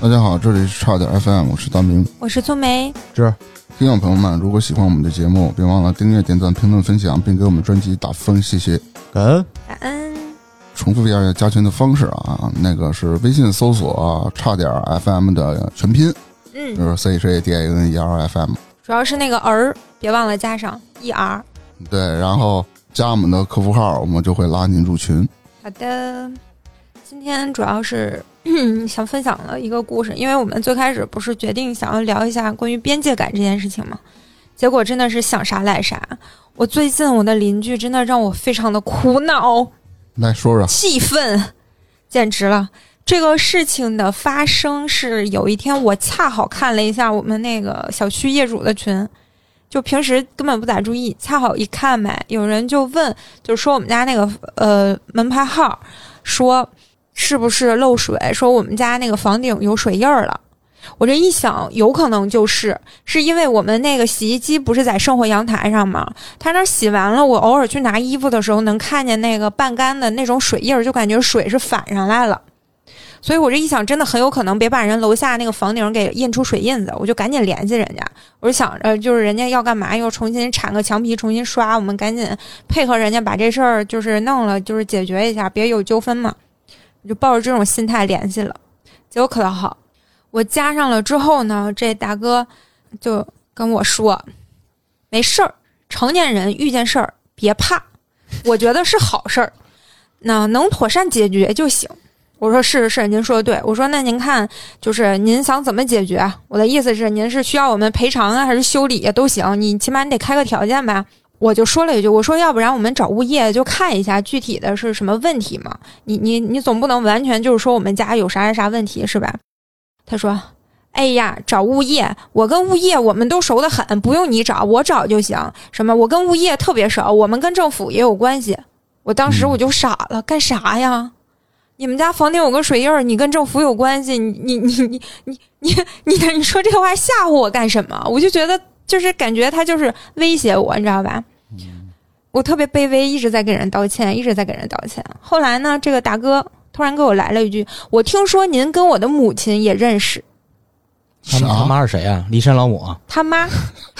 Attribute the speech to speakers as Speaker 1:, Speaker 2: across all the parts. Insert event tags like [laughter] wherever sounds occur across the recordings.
Speaker 1: 大家好，这里是差点 FM，我是大明。
Speaker 2: 我是粗梅，
Speaker 3: 是
Speaker 1: 听众朋友们，如果喜欢我们的节目，别忘了订阅、点赞、评论、分享，并给我们专辑打分，谢谢。
Speaker 3: 感恩
Speaker 2: 感恩。
Speaker 1: 重复一下加群的方式啊，那个是微信搜索、啊“差点 FM” 的全拼，就
Speaker 2: 嗯，
Speaker 1: 是 C H A D A N E R F M。
Speaker 2: 主要是那个儿，别忘了加上 e r。
Speaker 1: 对，然后加我们的客服号，我们就会拉您入群。
Speaker 2: 好的，今天主要是 [clears throat] 想分享了一个故事，因为我们最开始不是决定想要聊一下关于边界感这件事情嘛，结果真的是想啥来啥。我最近我的邻居真的让我非常的苦恼、
Speaker 1: 来说说，
Speaker 2: 气愤，简直了。这个事情的发生是有一天我恰好看了一下我们那个小区业主的群，就平时根本不咋注意，恰好一看呗，有人就问，就说我们家那个呃门牌号，说是不是漏水，说我们家那个房顶有水印儿了。我这一想，有可能就是是因为我们那个洗衣机不是在生活阳台上吗？它那儿洗完了，我偶尔去拿衣服的时候能看见那个半干的那种水印儿，就感觉水是反上来了。所以我这一想，真的很有可能别把人楼下那个房顶给印出水印子，我就赶紧联系人家。我就想着，呃就是人家要干嘛，又重新铲个墙皮，重新刷，我们赶紧配合人家把这事儿就是弄了，就是解决一下，别有纠纷嘛。我就抱着这种心态联系了，结果可倒好，我加上了之后呢，这大哥就跟我说，没事儿，成年人遇见事儿别怕，我觉得是好事儿，那能妥善解决就行。我说是是，您说的对。我说那您看，就是您想怎么解决啊？我的意思是，您是需要我们赔偿啊，还是修理啊都行，你起码你得开个条件呗。我就说了一句，我说要不然我们找物业就看一下具体的是什么问题嘛。你你你总不能完全就是说我们家有啥啥啥问题是吧？他说，哎呀，找物业，我跟物业我们都熟得很，不用你找，我找就行。什么我跟物业特别熟，我们跟政府也有关系。我当时我就傻了，干啥呀？你们家房顶有个水印儿，你跟政府有关系，你你你你你你你你说这话吓唬我干什么？我就觉得就是感觉他就是威胁我，你知道吧？我特别卑微，一直在给人道歉，一直在给人道歉。后来呢，这个大哥突然给我来了一句：“我听说您跟我的母亲也认识，
Speaker 3: 他们他
Speaker 1: 啥？
Speaker 3: 妈是谁啊？骊山老母啊？
Speaker 2: 他妈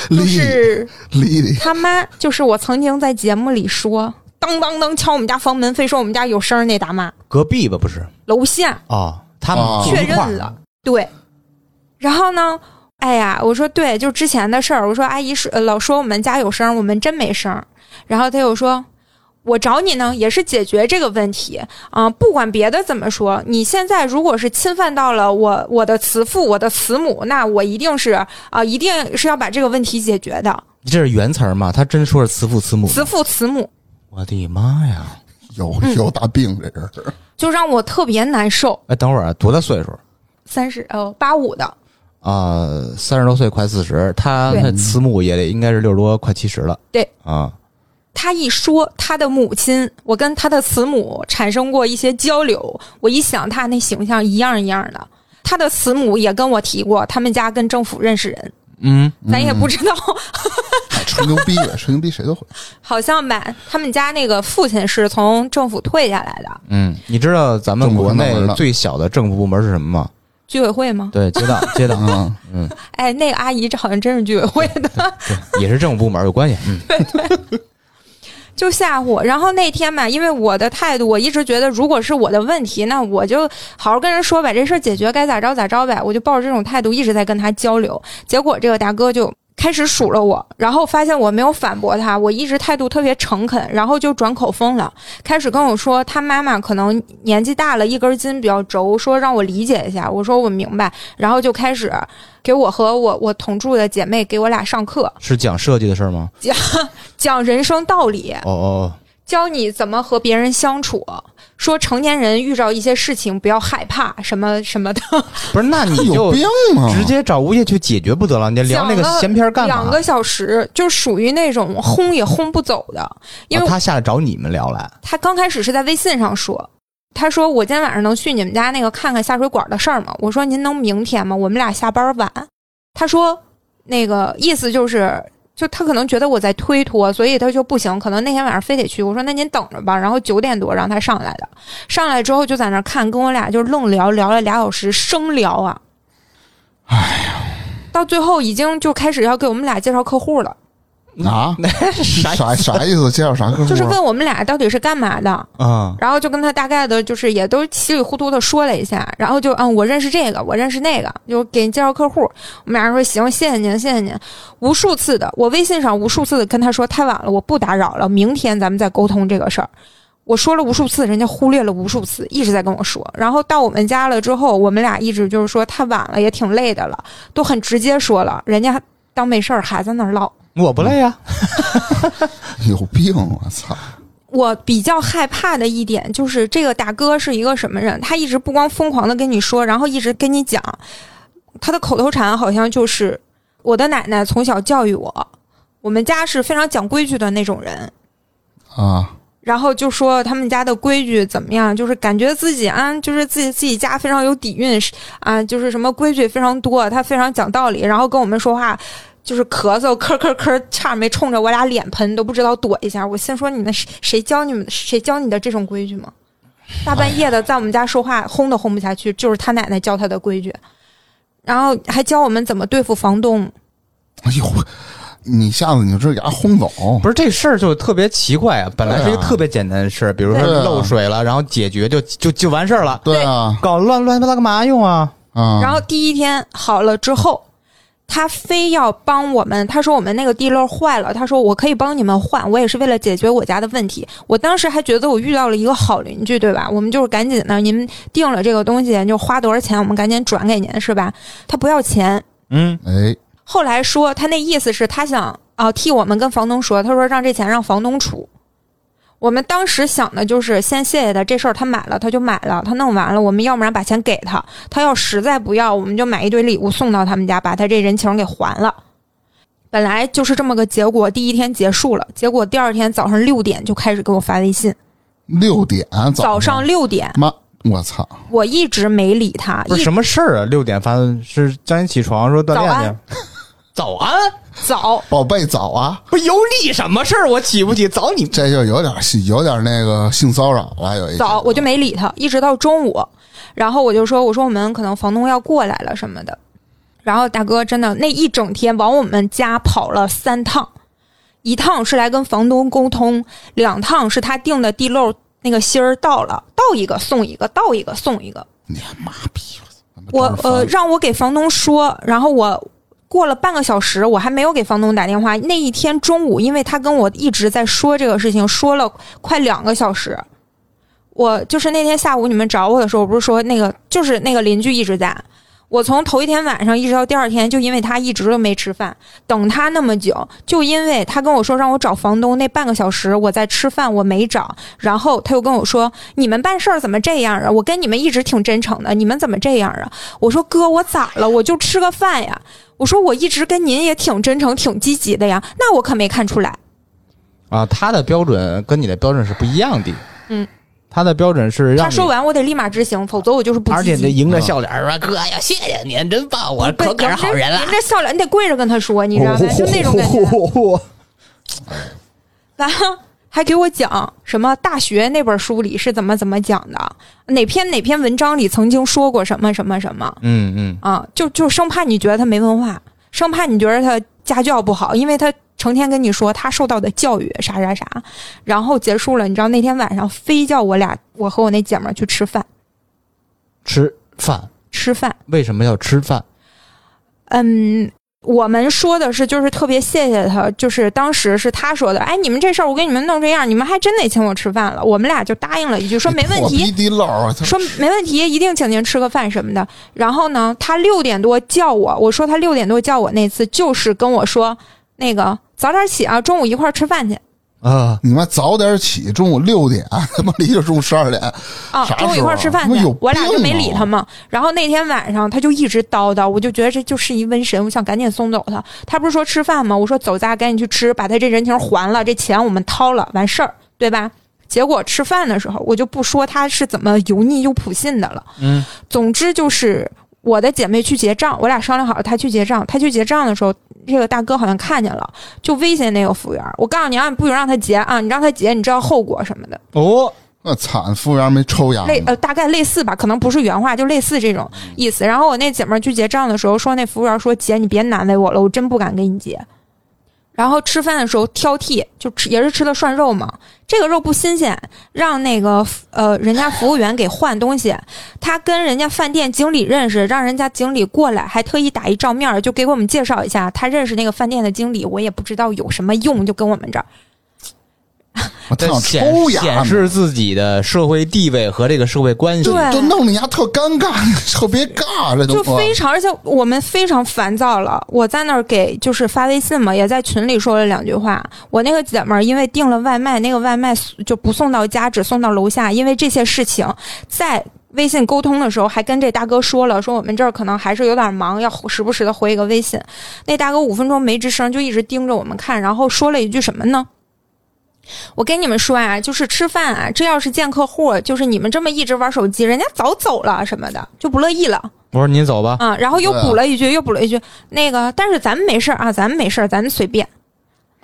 Speaker 2: 就
Speaker 1: 丽
Speaker 2: 是
Speaker 1: 丽丽，
Speaker 2: 他妈就是我曾经在节目里说，当当当敲我们家房门，非说我们家有声儿那大妈，
Speaker 3: 隔壁吧，不是？
Speaker 2: 楼下
Speaker 3: 哦，他们
Speaker 1: 哦
Speaker 3: 住
Speaker 2: 确
Speaker 3: 一块儿
Speaker 2: 认了，对。然后呢，哎呀，我说对，就之前的事儿，我说阿姨说呃老说我们家有声儿，我们真没声儿。然后他又说。我找你呢，也是解决这个问题啊、不管别的怎么说，你现在如果是侵犯到了我我的慈父、我的慈母，那我一定是啊、一定是要把这个问题解决的。
Speaker 3: 这是原词儿吗？他真说是慈父慈母。
Speaker 2: 慈父慈母，
Speaker 3: 我的妈呀！
Speaker 1: 有有大病这
Speaker 3: [laughs]
Speaker 1: 人。
Speaker 2: 就让我特别难受。
Speaker 3: 哎，等会儿啊，多大岁数？
Speaker 2: 三十呃八五的，
Speaker 3: 啊，三十多岁，快四十。他
Speaker 2: 对
Speaker 3: 那慈母也得应该是六十多，快七十了。
Speaker 2: 对
Speaker 3: 啊，
Speaker 2: 他一说他的母亲，我跟他的慈母产生过一些交流，我一想他那形象一样一样的。他的慈母也跟我提过，他们家跟政府认识人，
Speaker 3: 嗯，
Speaker 2: 咱也不知道，
Speaker 1: 吹牛逼，吹牛逼谁都会。
Speaker 2: [laughs] 好像吧？他们家那个父亲是从政府退下来的，
Speaker 3: 嗯，你知道咱们
Speaker 1: 政府
Speaker 3: 国内
Speaker 1: 看门了
Speaker 3: 最小的政府部门是什么吗？
Speaker 2: 居委会吗？
Speaker 3: 对，街道，街道，
Speaker 1: 嗯，
Speaker 3: 嗯，
Speaker 2: 哎，那个阿姨这好像真是居委会的。
Speaker 3: 对，也是政府部门有关系。嗯，
Speaker 2: 就吓唬我。然后那天嘛，因为我的态度，我一直觉得如果是我的问题，那我就好好跟人说把这事儿解决该咋着咋着呗。我就抱着这种态度一直在跟他交流。结果这个大哥就开始数落我，然后发现我没有反驳他，我一直态度特别诚恳，然后就转口风了，开始跟我说他妈妈可能年纪大了，一根筋比较轴，说让我理解一下。我说我明白，然后就开始给我和我我同住的姐妹给我俩上课，
Speaker 3: 是讲设计的事儿吗？
Speaker 2: 讲人生道理。
Speaker 3: 哦哦，
Speaker 2: 教你怎么和别人相处，说成年人遇到一些事情不要害怕，什么什么的。
Speaker 3: 哦不是，那你就
Speaker 1: 有病啊！
Speaker 3: 直接找物业去解决不得了？你聊那个
Speaker 2: 讲了
Speaker 3: 闲篇儿干嘛？
Speaker 2: 两个小时就属于那种轰也轰不走的，因为
Speaker 3: 哦他下来找你们聊
Speaker 2: [laughs]
Speaker 3: 来，
Speaker 2: 他刚开始是在微信上说。他说：“我今天晚上能去你们家那个看看下水管的事儿吗？”我说：“您能明天吗？我们俩下班晚。”他说：“那个意思就是，就他可能觉得我在推脱，所以他就不行，可能那天晚上非得去。”我说：“那您等着吧。”然后九点多让他上来的，上来之后就在那儿看，跟我俩就愣聊聊了俩小时，生聊啊。
Speaker 1: 哎
Speaker 2: 到最后已经就开始要给我们俩介绍客户了，
Speaker 1: 啊，
Speaker 3: 啥
Speaker 1: 啥啥意思？介绍啥客户啊？
Speaker 2: 就是问我们俩到底是干嘛的，
Speaker 4: 嗯
Speaker 3: 啊？
Speaker 2: 然后就跟他大概的，就是也都稀里糊涂的说了一下，然后就嗯，我认识这个，我认识那个，就给你介绍客户。我们俩人说行，谢谢您，谢谢您。无数次的，我微信上无数次的跟他说太晚了，我不打扰了，明天咱们再沟通这个事儿。我说了无数次，人家忽略了无数次，一直在跟我说。然后到我们家了之后，我们俩一直就是说太晚了，也挺累的了，都很直接说了，人家当没事儿还在那儿唠。
Speaker 3: 我不累啊，
Speaker 1: [laughs] 有病！我操！
Speaker 2: 我比较害怕的一点就是，这个大哥是一个什么人？他一直不光疯狂的跟你说，然后一直跟你讲，他的口头禅好像就是我的奶奶从小教育我，我们家是非常讲规矩的那种人。
Speaker 1: 啊，
Speaker 2: 然后就说他们家的规矩怎么样，就是感觉自己啊，就是自己自己家非常有底蕴，是啊，就是什么规矩非常多，他非常讲道理，然后跟我们说话就是咳嗽，咳咳咳，差点没冲着我俩脸喷，都不知道躲一下。我心说你们谁谁教你们谁教你的这种规矩吗？大半夜的在我们家说话，轰都轰不下去，就是他奶奶教他的规矩，然后还教我们怎么对付房东。
Speaker 1: 哎呦，你下次你就直接给他轰走。
Speaker 3: 不是这事儿就特别奇怪啊。本来是一个
Speaker 1: 对啊
Speaker 3: 特别简单的事儿，比如说
Speaker 1: 对啊
Speaker 3: 漏水了，然后解决就就就完事儿了，
Speaker 1: 对啊，
Speaker 3: 搞乱乱七八糟干嘛用啊？
Speaker 1: 啊，
Speaker 2: 然后第一天好了之后，他非要帮我们，他说我们那个地漏坏了，他说我可以帮你们换，我也是为了解决我家的问题。我当时还觉得我遇到了一个好邻居，对吧？我们就是赶紧的，你们定了这个东西就花多少钱，我们赶紧转给您，是吧？他不要钱，
Speaker 3: 嗯，
Speaker 1: 哎，
Speaker 2: 后来说他那意思是他想啊、替我们跟房东说，他说让这钱让房东出。我们当时想的就是先谢谢他，这事儿他买了他就买了，他弄完了，我们要不然把钱给他，他要实在不要，我们就买一堆礼物送到他们家，把他这人情给还了。本来就是这么个结果，第一天结束了，结果第二天早上六点就开始给我发微信，
Speaker 1: 六点早
Speaker 2: 早上六点，
Speaker 1: 妈，我操！
Speaker 2: 我一直没理他，
Speaker 3: 不是
Speaker 2: 一
Speaker 3: 什么事儿啊？六点发是叫你起床说锻炼去。早安，
Speaker 2: 早
Speaker 1: 宝贝早啊，
Speaker 3: 不是有你什么事儿？我起不起？早你
Speaker 1: 这就有点性有点那个性骚扰了，有一
Speaker 2: 早，我就没理他，一直到中午，然后我就说，我说我们可能房东要过来了什么的，然后大哥真的那一整天往我们家跑了三趟，一趟是来跟房东沟通，两趟是他定的地漏那个芯儿到了，到一个送一个，到一个送一个，
Speaker 1: 你他妈逼！
Speaker 2: 我
Speaker 1: 真是烦
Speaker 2: 呃让我给房东说，然后我过了半个小时，我还没有给房东打电话。那一天中午，因为他跟我一直在说这个事情，说了快两个小时。我就是那天下午你们找我的时候，我不是说那个就是那个邻居一直在。我从头一天晚上一直到第二天，就因为他一直都没吃饭，等他那么久，就因为他跟我说让我找房东那半个小时我在吃饭，我没找，然后他又跟我说你们办事儿怎么这样啊？我跟你们一直挺真诚的，你们怎么这样啊？我说哥，我咋了？我就吃个饭呀。我说我一直跟您也挺真诚、挺积极的呀，那我可没看出来。
Speaker 3: 啊！他的标准跟你的标准是不一样的。
Speaker 2: 嗯，
Speaker 3: 他的标准是让
Speaker 2: 他
Speaker 3: 你
Speaker 2: 说完我得立马执行，否则我就是不
Speaker 3: 而且
Speaker 2: 积
Speaker 3: 得
Speaker 2: 极。
Speaker 3: 迎着笑脸儿说：“哥呀，谢谢您，真棒，我
Speaker 2: 对
Speaker 3: 可赶上好人了
Speaker 2: 您。这笑脸，你得跪着跟他说，你知道
Speaker 3: 哦
Speaker 2: 吗？就那种感觉。然后还给我讲什么大学那本书里是怎么怎么讲的，哪篇哪篇文章里曾经说过什么什么什么。”
Speaker 3: 嗯嗯，
Speaker 2: 啊，就就生怕你觉得他没文化，生怕你觉得他家教不好，因为他成天跟你说他受到的教育啥啥啥，然后结束了，你知道那天晚上非叫我俩，我和我那姐们儿去吃饭，
Speaker 3: 吃饭
Speaker 2: 吃饭，
Speaker 3: 为什么要吃饭？
Speaker 2: 嗯。我们说的是，就是特别谢谢他，就是当时是他说的，哎，你们这事儿我给你们弄这样，你们还真得请我吃饭了。我们俩就答应了一句，说没问
Speaker 1: 我
Speaker 2: 题，
Speaker 1: 逼地漏儿，他
Speaker 2: 说没问题，一定请您吃个饭什么的。然后呢，他六点多叫我，我说他六点多叫我那次就是跟我说那个早点起啊，中午一块儿吃饭去
Speaker 3: 啊，
Speaker 1: 你妈早点起，中午六点，他妈离着中午十二点，
Speaker 2: 啊，
Speaker 1: 啥时候
Speaker 2: 中午一块儿吃饭
Speaker 1: 那
Speaker 2: 去
Speaker 1: 有病啊。
Speaker 2: 我俩就没理他嘛。然后那天晚上他就一直叨叨，我就觉得这就是一瘟神，我想赶紧送走他。他不是说吃饭吗？我说走咱俩赶紧去吃，把他这人情还了，这钱我们掏了，完事儿，对吧？结果吃饭的时候，我就不说他是怎么油腻又普信的了。
Speaker 3: 嗯，
Speaker 2: 总之就是我的姐妹去结账，我俩商量好，她去结账。她去结账的时候，这个大哥好像看见了，就威胁那个服务员：“我告诉你啊，你不许让他结啊，你让他结，你知道后果什么的。
Speaker 3: 哦，
Speaker 1: 那惨，服务员没抽牙呢
Speaker 2: 类呃大概类似吧，可能不是原话，就类似这种意思。然后我那姐们儿去结账的时候说，那服务员说：“姐，你别难为我了，我真不敢给你结。”然后吃饭的时候挑剔，就吃也是吃的涮肉嘛，这个肉不新鲜，让那个呃人家服务员给换东西。他跟人家饭店经理认识，让人家经理过来，还特意打一照面儿，就给我们介绍一下他认识那个饭店的经理。我也不知道有什么用，就跟我们这儿。呃
Speaker 1: 我他
Speaker 4: 这
Speaker 1: 想
Speaker 4: 显
Speaker 1: 抽牙
Speaker 4: 显
Speaker 1: 呢，
Speaker 4: 示自己的社会地位和这个社会关系
Speaker 1: 就。
Speaker 2: 对
Speaker 1: 就弄得你丫特尴尬， [laughs] 特别尬，这都
Speaker 2: 就非常，而且我们非常烦躁了。我在那儿给就是发微信嘛，也在群里说了两句话。我那个姐们儿因为订了外卖，那个外卖就不送到家，只送到楼下。因为这些事情，在微信沟通的时候还跟这大哥说了，说我们这儿可能还是有点忙，要时不时的回一个微信。那大哥五分钟没吱声，就一直盯着我们看，然后说了一句什么呢？我跟你们说啊，就是吃饭啊，这要是见客户，就是你们这么一直玩手机，人家早走了什么的，就不乐意了。
Speaker 3: 我说您走
Speaker 1: [laughs]
Speaker 3: 吧，
Speaker 2: 啊，然后又
Speaker 1: 对啊
Speaker 2: 补了一句，又补了一句，那个，但是咱们没事儿啊，咱们没事儿，咱们随便。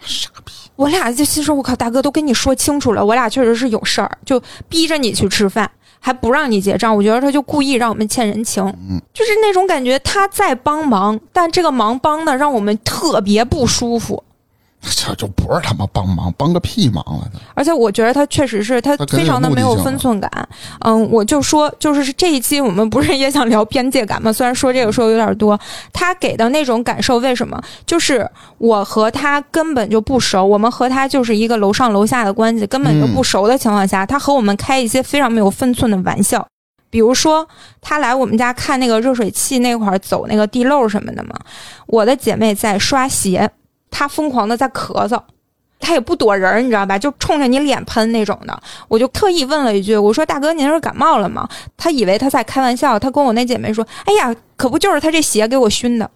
Speaker 1: 哎傻逼，
Speaker 2: 我俩就心说，我靠，大哥都跟你说清楚了，我俩确实是有事儿，就逼着你去吃饭，还不让你结账，我觉得他就故意让我们欠人情，
Speaker 1: 嗯
Speaker 2: 就是那种感觉，他在帮忙，但这个忙帮的让我们特别不舒服，
Speaker 1: 这就不是他妈帮忙，帮个屁忙了。
Speaker 2: 而且我觉得他确实是他
Speaker 1: 他肯定
Speaker 2: 非常的
Speaker 1: 有目
Speaker 2: 没
Speaker 1: 的
Speaker 2: 有
Speaker 1: 性
Speaker 2: 分
Speaker 1: 了
Speaker 2: 寸感，嗯，我就说，就是是这一期我们不是也想聊边界感吗？虽然说这个说有点多，他给的那种感受，为什么？就是我和他根本就不熟，我们和他就是一个楼上楼下的关系，根本就不熟的情况下，他和我们开一些非常没有分寸的玩笑。比如说，他来我们家看那个热水器那块儿走那个地漏什么的嘛，我的姐妹在刷鞋，她疯狂的在咳嗽，她也不躲人儿，你知道吧？就冲着你脸喷那种的。我就特意问了一句，我说：“大哥，您是感冒了吗？”他以为他在开玩笑，他跟我那姐妹说：“哎呀，可不就是他这鞋给我熏的。”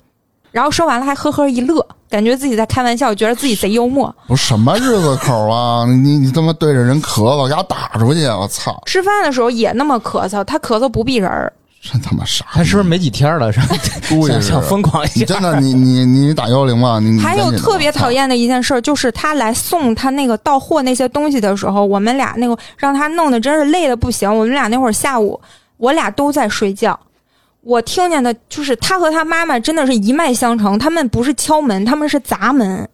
Speaker 2: 然后说完了还呵呵一乐，感觉自己在开玩笑，觉得自己贼幽默。
Speaker 1: 不是什么日子口啊！你你你他妈对着人咳嗽，给他打出去！我操，
Speaker 2: 吃饭的时候也那么咳嗽，他咳嗽不避人儿，
Speaker 1: 真他妈傻！
Speaker 4: 他是不是没几天了？是吧？
Speaker 1: 注意
Speaker 4: [laughs] 想想疯狂一
Speaker 1: 你
Speaker 4: 下，
Speaker 1: 真的你你你打幺幺零吧！你你
Speaker 2: 还有特别讨厌的一件事儿，就是他来送他那个到货那些东西的时候，我们俩那个让他弄得真是累的不行。我们俩那会儿下午，我俩都在睡觉。我听见的就是他和他妈妈真的是一脉相承，他们不是敲门，他们是砸门，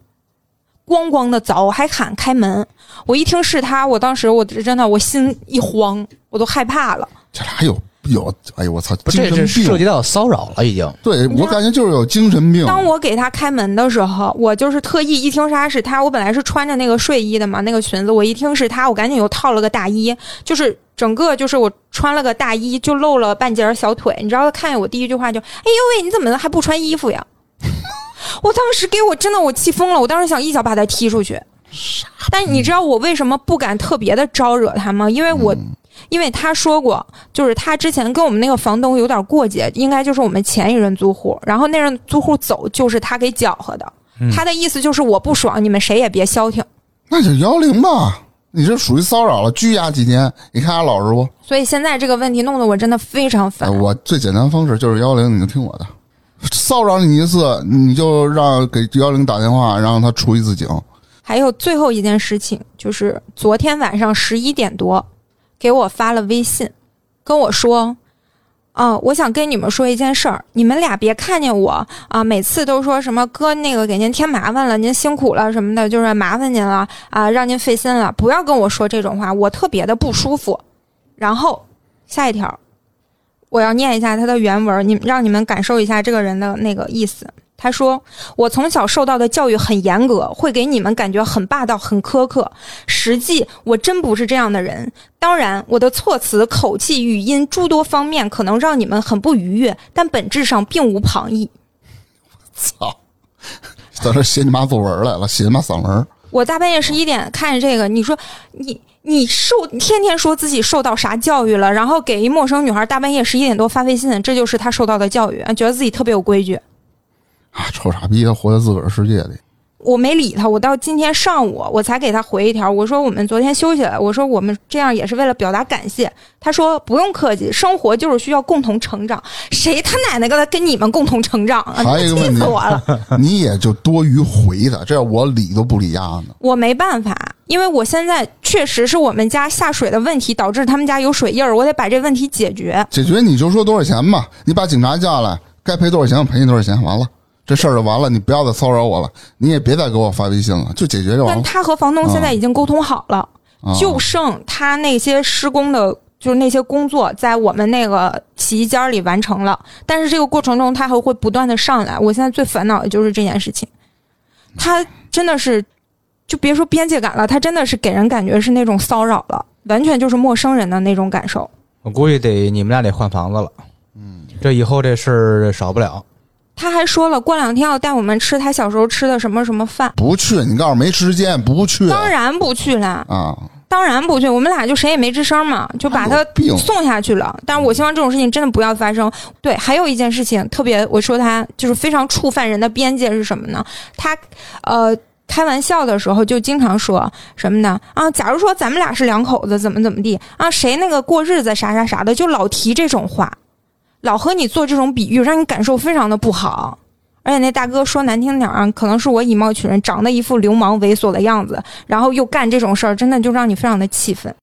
Speaker 2: 咣咣的凿，还喊开门。我一听是他，我当时我真的我心一慌，我都害怕了。
Speaker 1: 这俩有有，哎呦我操，
Speaker 4: 不
Speaker 1: 精
Speaker 4: 是，这
Speaker 1: 神
Speaker 4: 是涉及
Speaker 1: 病！
Speaker 4: 到骚扰了，已经。
Speaker 1: 对
Speaker 2: 你知道
Speaker 1: 我感觉就是有精神病。
Speaker 2: 当我给他开门的时候，我就是特意一听是他是他，我本来是穿着那个睡衣的嘛，那个裙子，我一听是他，我赶紧又套了个大衣，就是整个就是我穿了个大衣，就露了半截儿小腿。你知道他看见我第一句话就：“哎呦喂，你怎么还不穿衣服呀？”我当时给我真的我气疯了，我当时想一脚把他踢出去。但你知道我为什么不敢特别的招惹他吗？因为我
Speaker 1: 嗯
Speaker 2: 因为他说过，就是他之前跟我们那个房东有点过节，应该就是我们前一任租户，然后那任租户走就是他给搅和的。
Speaker 3: 嗯
Speaker 2: 他的意思就是我不爽，你们谁也别消停。
Speaker 1: 那就幺幺零吧，你这属于骚扰了，拘押几天，你看他老实不？
Speaker 2: 所以现在这个问题弄得我真的非常
Speaker 1: 哎，
Speaker 2: 烦。
Speaker 1: 我最简单方式就是幺零，你就听我的。骚扰你一次，你就让给幺零打电话，让他出一次警。
Speaker 2: 还有最后一件事情，就是昨天晚上十一点多，给我发了微信，跟我说。啊、我想跟你们说一件事儿，你们俩别看见我啊，每次都说什么哥那个给您添麻烦了，您辛苦了什么的，就是麻烦您了啊，让您费心了，不要跟我说这种话，我特别的不舒服。然后下一条，我要念一下他的原文，你让你们感受一下这个人的那个意思。他说：“我从小受到的教育很严格，会给你们感觉很霸道、很苛刻。实际我真不是这样的人。当然，我的措辞、口气、语音诸多方面可能让你们很不愉悦，但本质上并无旁逸。
Speaker 1: 操，在这写你妈作文来了，写你妈散文。
Speaker 2: 我大半夜十一点看着这个，你说你你受天天说自己受到啥教育了，然后给一陌生女孩大半夜十一点多发微信，这就是她受到的教育，啊觉得自己特别有规矩。
Speaker 1: 啊，臭傻逼，他活在自个儿世界里。
Speaker 2: 我没理他，我到今天上午我才给他回一条，我说我们昨天休息了，我说我们这样也是为了表达感谢。他说不用客气，生活就是需要共同成长，谁他奶奶跟他跟你们共同成长啊？
Speaker 1: 还有一个问
Speaker 2: 气
Speaker 1: 题
Speaker 2: 死我
Speaker 1: [laughs]
Speaker 2: 了！
Speaker 1: 你也就多余回他，这要我理都不理丫呢。
Speaker 2: 我没办法，因为我现在确实是我们家下水的问题导致他们家有水印儿，我得把这问题解决。
Speaker 1: 解决你就说多少钱吧，你把警察叫来，该赔多少钱我赔你多少钱，完了这事儿就完了，你不要再骚扰我了，你也别再给我发微信了，就解决就完
Speaker 2: 但
Speaker 1: 了。
Speaker 2: 他和房东现
Speaker 1: 哦
Speaker 2: 在已经沟通好了，
Speaker 1: 啊
Speaker 2: 就剩他那些施工的，就是那些工作在我们那个洗衣间里完成了。但是这个过程中，他还会不断的上来。我现在最烦恼的就是这件事情，他真的是，就别说边界感了，他真的是给人感觉是那种骚扰了，完全就是陌生人的那种感受。
Speaker 4: 我估计得你们俩得换房子了。嗯，这以后这事儿少不了。
Speaker 2: 他还说了，过两天要带我们吃他小时候吃的什么什么饭，
Speaker 1: 不去，你告诉我没时间，不去。
Speaker 2: 当然不去啦，
Speaker 1: 啊，
Speaker 2: 当然不去，我们俩就谁也没吱声嘛，就把他
Speaker 1: 有病
Speaker 2: 送下去了。但是我希望这种事情真的不要发生。对，还有一件事情特别，我说他就是非常触犯人的边界是什么呢？他呃开玩笑的时候就经常说什么呢？啊，假如说咱们俩是两口子，怎么怎么地啊？谁那个过日子啥啥啥的，就老提这种话，老和你做这种比喻，让你感受非常的不好。而且那大哥说难听点儿啊，可能是我以貌取人，长得一副流氓猥琐的样子，然后又干这种事儿，真的就让你非常的气愤。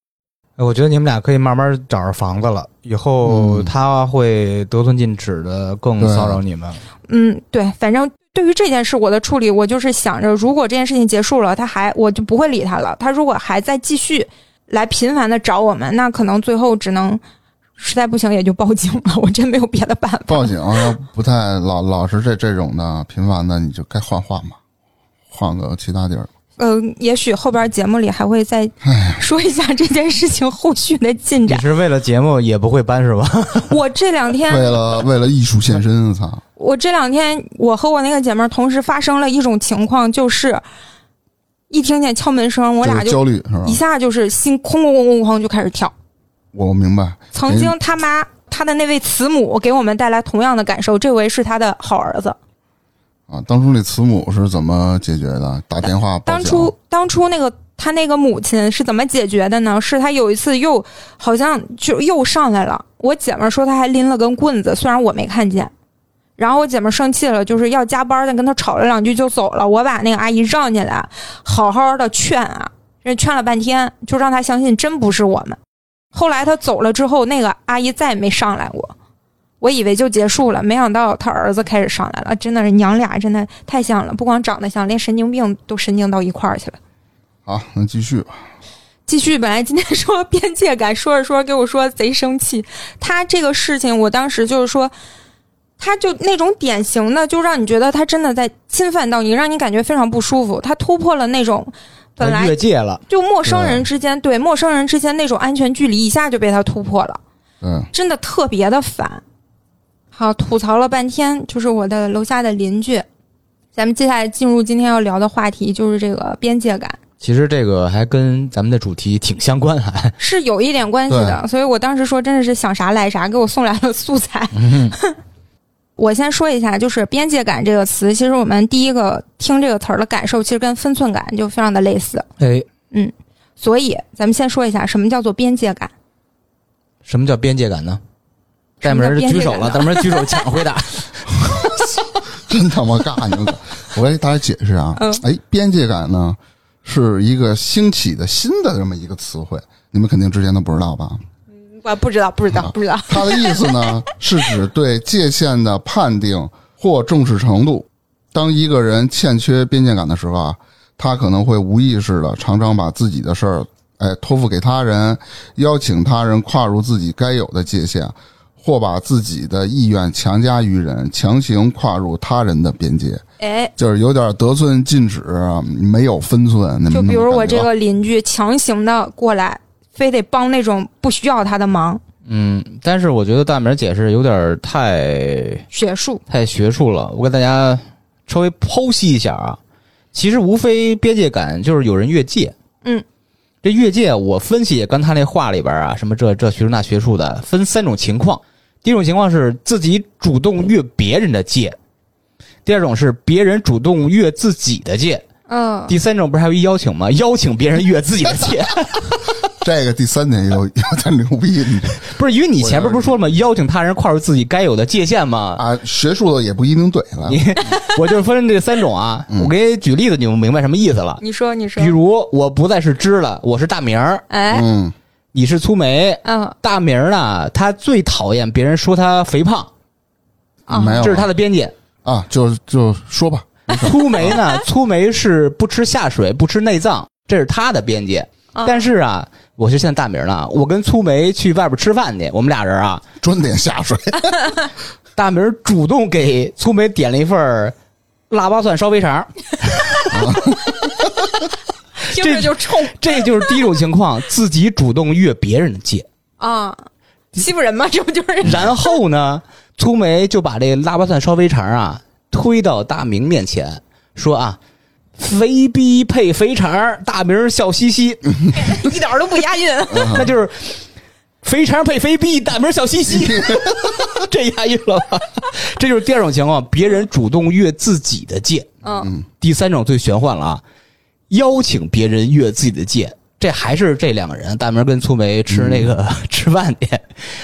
Speaker 3: 哎我觉得你们俩可以慢慢找着房子了，以后
Speaker 1: 嗯
Speaker 3: 他会得寸进尺的更
Speaker 1: 对
Speaker 3: 骚扰你们。
Speaker 2: 嗯，对，反正对于这件事我的处理，我就是想着，如果这件事情结束了，他还我就不会理他了。他如果还在继续来频繁的找我们，那可能最后只能实在不行也就报警了。我真没有别的办法。
Speaker 1: 报警要不太老老是这这种的频繁的，你就该换换吧，换个其他地儿。
Speaker 2: [laughs] 嗯、也许后边节目里还会再说一下这件事情后续的进
Speaker 3: 你
Speaker 2: 展。
Speaker 3: 是为了节目也不会搬是吧？
Speaker 2: [laughs] 我这两天
Speaker 1: 为了为了艺术献身，操！
Speaker 2: 我这两天，我和我那个姐妹儿同时发生了一种情况，就是一听见敲门声，我俩
Speaker 1: 就是
Speaker 2: 就
Speaker 1: 焦虑是吧
Speaker 2: 一？下就是心空空空空空就开始跳。
Speaker 1: 我明白，
Speaker 2: 曾经他妈他的那位慈母给我们带来同样的感受，这回是他的好儿子。
Speaker 1: 啊，当初那慈母是怎么解决的？打电话报
Speaker 2: 当
Speaker 1: 警。
Speaker 2: 初当初那个他那个母亲是怎么解决的呢？是他有一次又好像就又上来了，我姐们儿说他还拎了根棍子，虽然我没看见。然后我姐们儿生气了，就是要加班的，跟他吵了两句就走了。我把那个阿姨让进来，好好的劝啊，这劝了半天，就让他相信真不是我们。后来他走了之后，那个阿姨再也没上来过，我以为就结束了，没想到他儿子开始上来了，啊真的是娘俩真的太像了，不光长得像，连神经病都神经到一块儿去了。
Speaker 1: 好，啊那继续吧。
Speaker 2: 继续，本来今天说边界感，说着说着给我说贼生气。他这个事情，我当时就是说，他就那种典型的，就让你觉得他真的在侵犯到你，让你感觉非常不舒服。他突破了那种本
Speaker 4: 他
Speaker 2: 来
Speaker 4: 啊越界了，
Speaker 2: 就陌生人之间对陌生人之间那种安全距离，一下就被他突破了。
Speaker 1: 对，
Speaker 2: 真的特别的烦。好，吐槽了半天，就是我的楼下的邻居。咱们接下来进入今天要聊的话题，就是这个边界感
Speaker 4: 其实这个还跟咱们的主题挺相关，还
Speaker 2: 是有一点关系的，所以我当时说真的是想啥来啥，给我送来了素材。 [laughs] 我先说一下，就是边界感这个词，其实我们第一个听这个词儿的感受，其实跟分寸感就非常的类似。
Speaker 4: 哎，
Speaker 2: 所以，咱们先说一下什么叫做边界感。
Speaker 4: 什么叫边界感呢？戴门儿举手了，戴门儿举手抢回答。
Speaker 1: [laughs] 真他妈尬！你们，我给大家解释啊
Speaker 2: 嗯。
Speaker 1: 哎，边界感呢是一个兴起的新的这么一个词汇，你们肯定之前都不知道吧？
Speaker 2: 嗯
Speaker 1: 啊
Speaker 2: 我不知道，不知道，不知道。
Speaker 1: 它的意思
Speaker 2: [laughs]
Speaker 1: 呢，是指对界限的判定或重视程度。当一个人欠缺边界感的时候啊，他可能会无意识的常常把自己的事儿，哎，托付给他人，邀请他人跨入自己该有的界限，或把自己的意愿强加于人，强行跨入他人的边界，
Speaker 2: 哎，
Speaker 1: 就是有点得寸进尺，啊没有分寸。你们
Speaker 2: 就比如
Speaker 1: 能
Speaker 2: 我
Speaker 1: 感觉
Speaker 2: 这
Speaker 1: 到
Speaker 2: 个邻居强行的过来，非得帮那种不需要他的忙，
Speaker 4: 嗯，但是我觉得大门儿解释有点儿太
Speaker 2: 学术
Speaker 4: 太学术了，我给大家稍微剖析一下啊。其实无非边界感就是有人越界，
Speaker 2: 嗯，
Speaker 4: 这越界我分析刚才那话里边啊，什么这这学术那学术的，分三种情况。第一种情况是自己主动越别人的界，第二种是别人主动越自己的界，
Speaker 2: 嗯，
Speaker 4: 第三种不是还有一邀请吗？邀请别人越自己的界，
Speaker 1: 这个第三点有 [laughs] 有点牛逼你
Speaker 4: 不是因为你前面不是说了吗？邀请他人跨越自己该有的界限吗？
Speaker 1: 啊，学术的也不一定对了。
Speaker 4: 你 [laughs] 我就是分这三种啊，我给你举例子，你就明白什么意思了。
Speaker 2: 你说，你说
Speaker 4: 比，如我不再是知了，我是大明儿，
Speaker 2: 哎，
Speaker 1: 嗯，
Speaker 4: 你是粗眉。
Speaker 2: 嗯，
Speaker 4: 大明儿呢，他最讨厌别人说他肥胖，
Speaker 2: 啊
Speaker 1: 没有
Speaker 4: 这是他的边 [laughs] 界。
Speaker 1: 啊，就就说吧，
Speaker 4: 粗眉呢，粗眉是不吃下水、不吃内脏，这是他的边界。
Speaker 2: 啊
Speaker 4: 但是啊，我就现在大明儿了，我跟粗眉去外边吃饭去，我们俩人啊，
Speaker 1: 专点下水。
Speaker 4: 大明儿主动给粗眉点了一份儿腊八蒜烧肥肠，
Speaker 2: 听着就 [laughs] 冲
Speaker 4: 这就是第一种情况， [laughs] 自己主动越别人的界。
Speaker 2: 啊，欺负人吗？这不 [laughs] 就是
Speaker 4: 然后呢，粗眉就把这腊八蒜烧肥肠啊推到大明面前，说啊，肥逼配肥肠，大明儿笑嘻嘻，
Speaker 2: 一点儿都不押韵？
Speaker 4: [laughs] 那就是肥肠配肥逼，大明儿笑嘻嘻， [laughs] 这押韵了吧？这就是第二种情况，别人主动越自己的界。
Speaker 2: 嗯，
Speaker 4: 第三种最玄幻了啊，邀请别人越自己的界。这还是这两个人，大明儿跟粗眉吃那个、 [laughs] 吃饭去，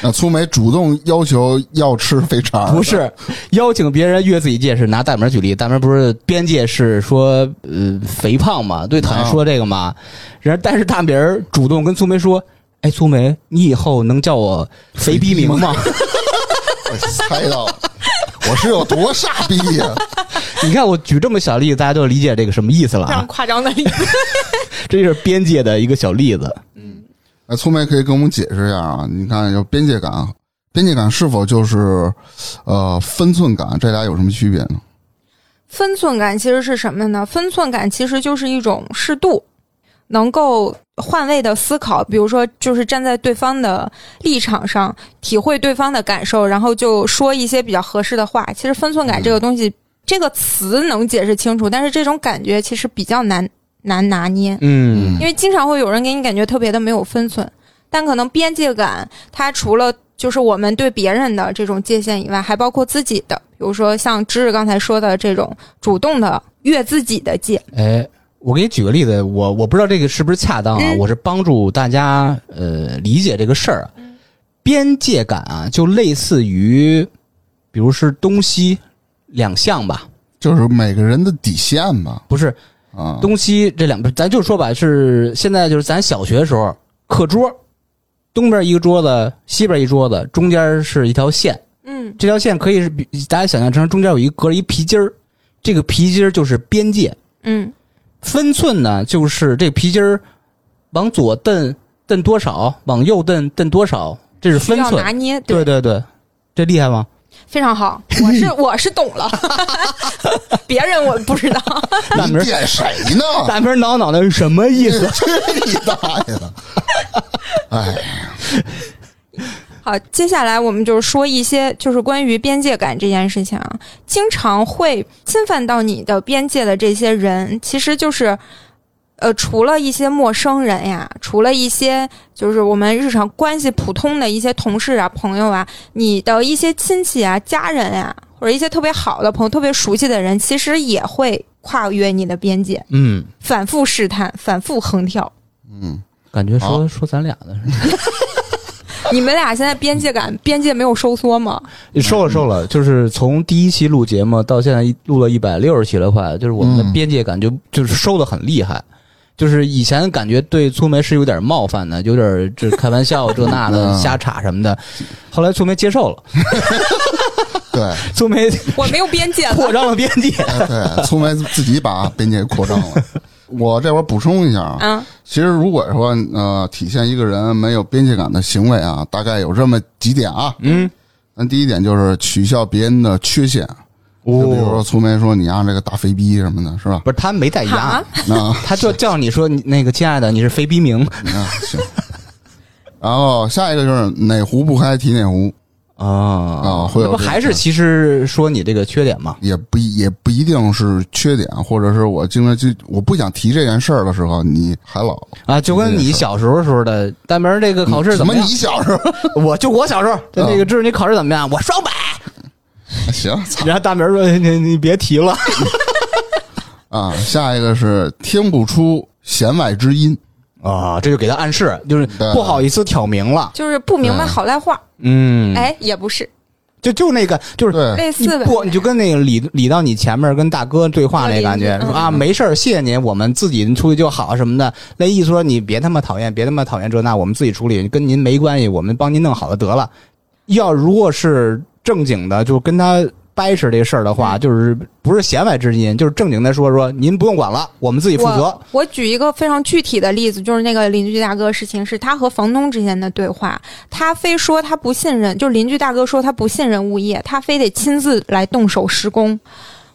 Speaker 1: 那粗眉主动要求要吃肥肠，
Speaker 4: 不是邀请别人越自己界是拿大门举例，大门不是边界是说呃肥胖嘛，最讨厌说这个嘛。然后但是大明儿主动跟苏梅说：“哎，苏梅，你以后能叫我肥逼明吗？
Speaker 1: 我猜到了，我是有多傻逼呀、
Speaker 4: 你看我举这么小例子，大家就理解这个什么意思
Speaker 2: [laughs]
Speaker 4: 了
Speaker 2: 非常
Speaker 4: 啊。
Speaker 2: 夸张的例子。
Speaker 4: 这就是边界的一个小例子。
Speaker 1: 哎，粗梅可以给我们解释一下啊？你看，有边界感，啊边界感是否就是呃分寸感？这俩有什么区别呢？
Speaker 2: 分寸感其实是什么呢？分寸感其实就是一种适度，能够换位的思考，比如说就是站在对方的立场上，体会对方的感受，然后就说一些比较合适的话。其实分寸感这个东西，这个词能解释清楚，但是这种感觉其实比较难难拿捏，
Speaker 4: 嗯
Speaker 2: 因为经常会有人给你感觉特别的没有分寸，但可能边界感它除了。就是我们对别人的这种界限以外，还包括自己的，比如说像芝芝刚才说的这种主动的越自己的界，
Speaker 4: 哎，我给你举个例子，我我不知道这个是不是恰当啊，
Speaker 2: 嗯
Speaker 4: 我是帮助大家呃理解这个事儿啊。边界感啊，就类似于，比如是东西两项吧，
Speaker 1: 就是每个人的底线吧？
Speaker 4: 不是
Speaker 1: 啊，
Speaker 4: 东西这两，咱就说吧，是现在就是咱小学时候课桌，东边一个桌子，西边一桌子，中间是一条线，
Speaker 2: 嗯
Speaker 4: 这条线可以是比大家想象成中间有一隔着一皮筋儿，这个皮筋儿就是边界，
Speaker 2: 嗯
Speaker 4: 分寸呢，就是这皮筋儿往左蹬蹬多少，往右蹬蹬多少，这是分
Speaker 2: 要
Speaker 4: 寸
Speaker 2: 拿。捏，
Speaker 4: 对对对，这厉害 [laughs] 吗？
Speaker 2: 非常好，我是我是懂
Speaker 4: [laughs]
Speaker 2: 了，别人我不知道。
Speaker 4: 大明
Speaker 1: 你
Speaker 4: 儿
Speaker 1: 点谁呢？
Speaker 4: 大明儿挠挠那什么意思？
Speaker 1: 去你大爷的！哎，
Speaker 2: 好，接下来我们就是说一些就是关于边界感这件事情啊，经常会侵犯到你的边界的这些人，其实就是。呃，除了一些陌生人呀，除了一些就是我们日常关系普通的一些同事啊、朋友啊，你的一些亲戚啊、家人呀、或者一些特别好的朋友、特别熟悉的人，其实也会跨越你的边界，
Speaker 4: 嗯，
Speaker 2: 反复试探，反复横跳。
Speaker 1: 嗯，
Speaker 4: 感觉说
Speaker 1: 好
Speaker 4: 说咱俩的
Speaker 2: 你们俩现在边界感边界没有收缩吗？
Speaker 4: 是，瘦了瘦了，就是从第一期录节目到现在一录了一百六十期了，快，就是我们的
Speaker 1: 嗯
Speaker 4: 边界感就就是收的很厉害。就是以前感觉对粗梅是有点冒犯的，有点这开玩笑这那的 [laughs]
Speaker 1: 嗯
Speaker 4: 瞎扯什么的，后来粗梅接受了，
Speaker 1: 对
Speaker 4: 粗 [laughs] 梅
Speaker 2: 我没有边界了
Speaker 4: 扩张了边界。
Speaker 1: 哎对，粗眉自己把边界扩张了。我这会儿补充一下啊，
Speaker 2: 啊，
Speaker 1: 其实如果说呃体现一个人没有边界感的行为啊，大概有这么几点啊。
Speaker 4: 嗯，
Speaker 1: 咱第一点就是取笑别人的缺陷，
Speaker 4: 哦
Speaker 1: 就比如说粗眉说你啊这个大肥逼什么的，
Speaker 4: [laughs]
Speaker 1: 是吧？
Speaker 4: 不是他没在压
Speaker 2: 啊，
Speaker 1: 那
Speaker 4: 他就叫你说你那个亲爱的，你是非逼名
Speaker 1: 你看行。然后下一个就是哪壶不开提哪壶
Speaker 4: 啊
Speaker 1: 啊，
Speaker 4: 啊
Speaker 1: 会有
Speaker 4: 不
Speaker 1: 这个
Speaker 4: 还是其实说你这个缺点吗？
Speaker 1: 也不也不一定是缺点，或者是我经常就我不想提这件事儿的时候，你还老
Speaker 4: 啊，就跟你小时候时候的，大明儿这个考试
Speaker 1: 什
Speaker 4: 怎
Speaker 1: 么
Speaker 4: 么样？嗯
Speaker 1: 你小时
Speaker 4: [laughs]
Speaker 1: 候
Speaker 4: 我就我小时候，就那个知道你考试怎么样？我双百。
Speaker 1: 行，
Speaker 4: 然后大明儿说：“你你别提了。”
Speaker 1: 啊，下一个是听不出弦外之音，
Speaker 4: 啊，这就给他暗示，就是
Speaker 1: 对
Speaker 4: 不好意思挑明了。
Speaker 2: 就是不明白
Speaker 1: 对
Speaker 2: 好赖话，
Speaker 4: 嗯，
Speaker 2: 哎，也不是
Speaker 4: 就就那个就是
Speaker 1: 对，
Speaker 2: 类
Speaker 4: 你
Speaker 2: 似呗。
Speaker 4: 不，你就跟那个理理到你前面跟大哥对话那感觉，
Speaker 2: 嗯
Speaker 4: 说啊没事儿，谢谢您，我们自己处理就好什么的。那意思说你别他妈讨厌，别他妈讨厌这那，我们自己处理，跟您没关系，我们帮您弄好了得了。要如果是正经的，就跟他掰扯这事儿的
Speaker 2: 嗯
Speaker 4: 话，就是不是弦外之音，就是正经的说说，您不用管了，我们自己负责
Speaker 2: 我。我举一个非常具体的例子，就是那个邻居大哥的事情，是他和房东之间的对话，他非说他不信任，就是邻居大哥说他不信任物业，他非得亲自来动手施工。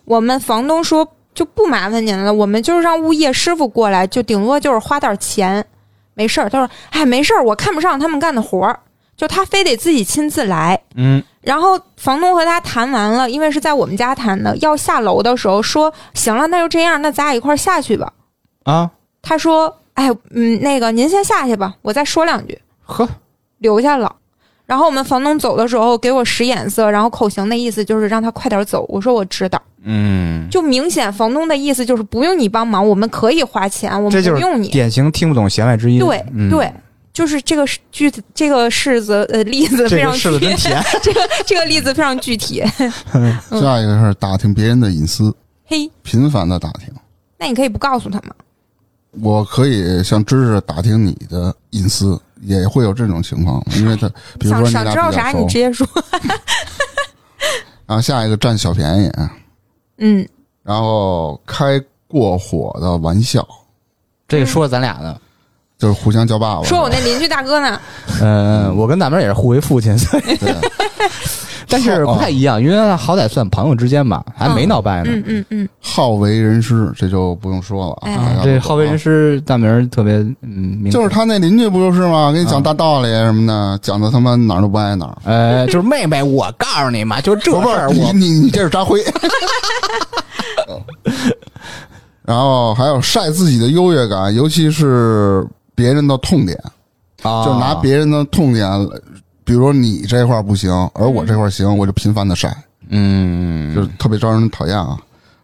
Speaker 2: 我们房东说就不麻烦您了，我们就是让物业师傅过来，就顶多就是花点钱，没事儿。他说哎没事儿，我看不上他们干的活儿，就他非得自己亲自来。
Speaker 3: 嗯，
Speaker 2: 然后房东和他谈完了，因为是在我们家谈的，要下楼的时候说行了，那就这样，那咱俩一块儿下去吧。
Speaker 3: 啊，
Speaker 2: 他说：“哎，嗯，那个您先下去吧，我再说两句。”
Speaker 3: 呵，
Speaker 2: 留下了。然后我们房东走的时候给我使眼色，然后口型的意思就是让他快点走。我说我知道，
Speaker 3: 嗯，
Speaker 2: 就明显房东的意思就是不用你帮忙，我们可以花钱，我
Speaker 3: 这
Speaker 2: 们
Speaker 3: 就
Speaker 2: 不
Speaker 3: 是
Speaker 2: 用你。
Speaker 3: 典型听不懂弦外之音。
Speaker 2: 对、
Speaker 3: 嗯
Speaker 2: 对，就是这个是句子，这个式子呃例子非
Speaker 3: 这
Speaker 2: 常
Speaker 3: 个
Speaker 2: 具
Speaker 3: 柿子真甜。
Speaker 2: 这个这个例子非常具体。嗯
Speaker 1: 下一个是打听别人的隐私，
Speaker 2: 嘿，
Speaker 1: 频繁的打听。
Speaker 2: 那你可以不告诉他吗？
Speaker 1: 我可以像芝芝打听你的隐私，也会有这种情况，因为他比如
Speaker 2: 想
Speaker 1: 说你
Speaker 2: 想
Speaker 1: 俩
Speaker 2: 知道
Speaker 1: 比
Speaker 2: 啥
Speaker 1: 较
Speaker 2: 你
Speaker 1: 熟
Speaker 2: 直，接说。
Speaker 1: 然后下一个占小便宜，
Speaker 2: 嗯，
Speaker 1: 然后开过火的玩笑，
Speaker 4: [laughs] 这个说咱俩呢，
Speaker 1: 就是互相叫爸爸。
Speaker 2: 说我那邻居大哥呢？
Speaker 4: 嗯，我跟大明也是互为父亲，所以
Speaker 2: [laughs]
Speaker 1: 对，
Speaker 4: 但是不太一样，因为他好歹算朋友之间吧，还没闹掰呢。
Speaker 2: 嗯嗯嗯，
Speaker 1: 好为人师，这就不用说了。啊
Speaker 2: 哎
Speaker 1: 大家都
Speaker 4: 这
Speaker 1: 懂
Speaker 4: 好为人师，大明儿特别嗯，明
Speaker 1: 就是他那邻居不就是吗？给你讲大道理什么的，讲的他妈哪儿都不挨哪儿。
Speaker 4: 呃，就是妹妹，我告诉你嘛，就是这
Speaker 1: 嗯不
Speaker 4: 事
Speaker 1: 是
Speaker 4: 儿，
Speaker 1: 你
Speaker 4: 我
Speaker 1: 你你这是扎
Speaker 4: [laughs]
Speaker 1: 灰。哦然后还有晒自己的优越感，尤其是别人的痛点，
Speaker 4: 啊
Speaker 1: 就拿别人的痛点，比如说你这块儿不行，而我这块儿行，我就频繁的晒，
Speaker 4: 嗯，
Speaker 1: 就是特别招人讨厌啊。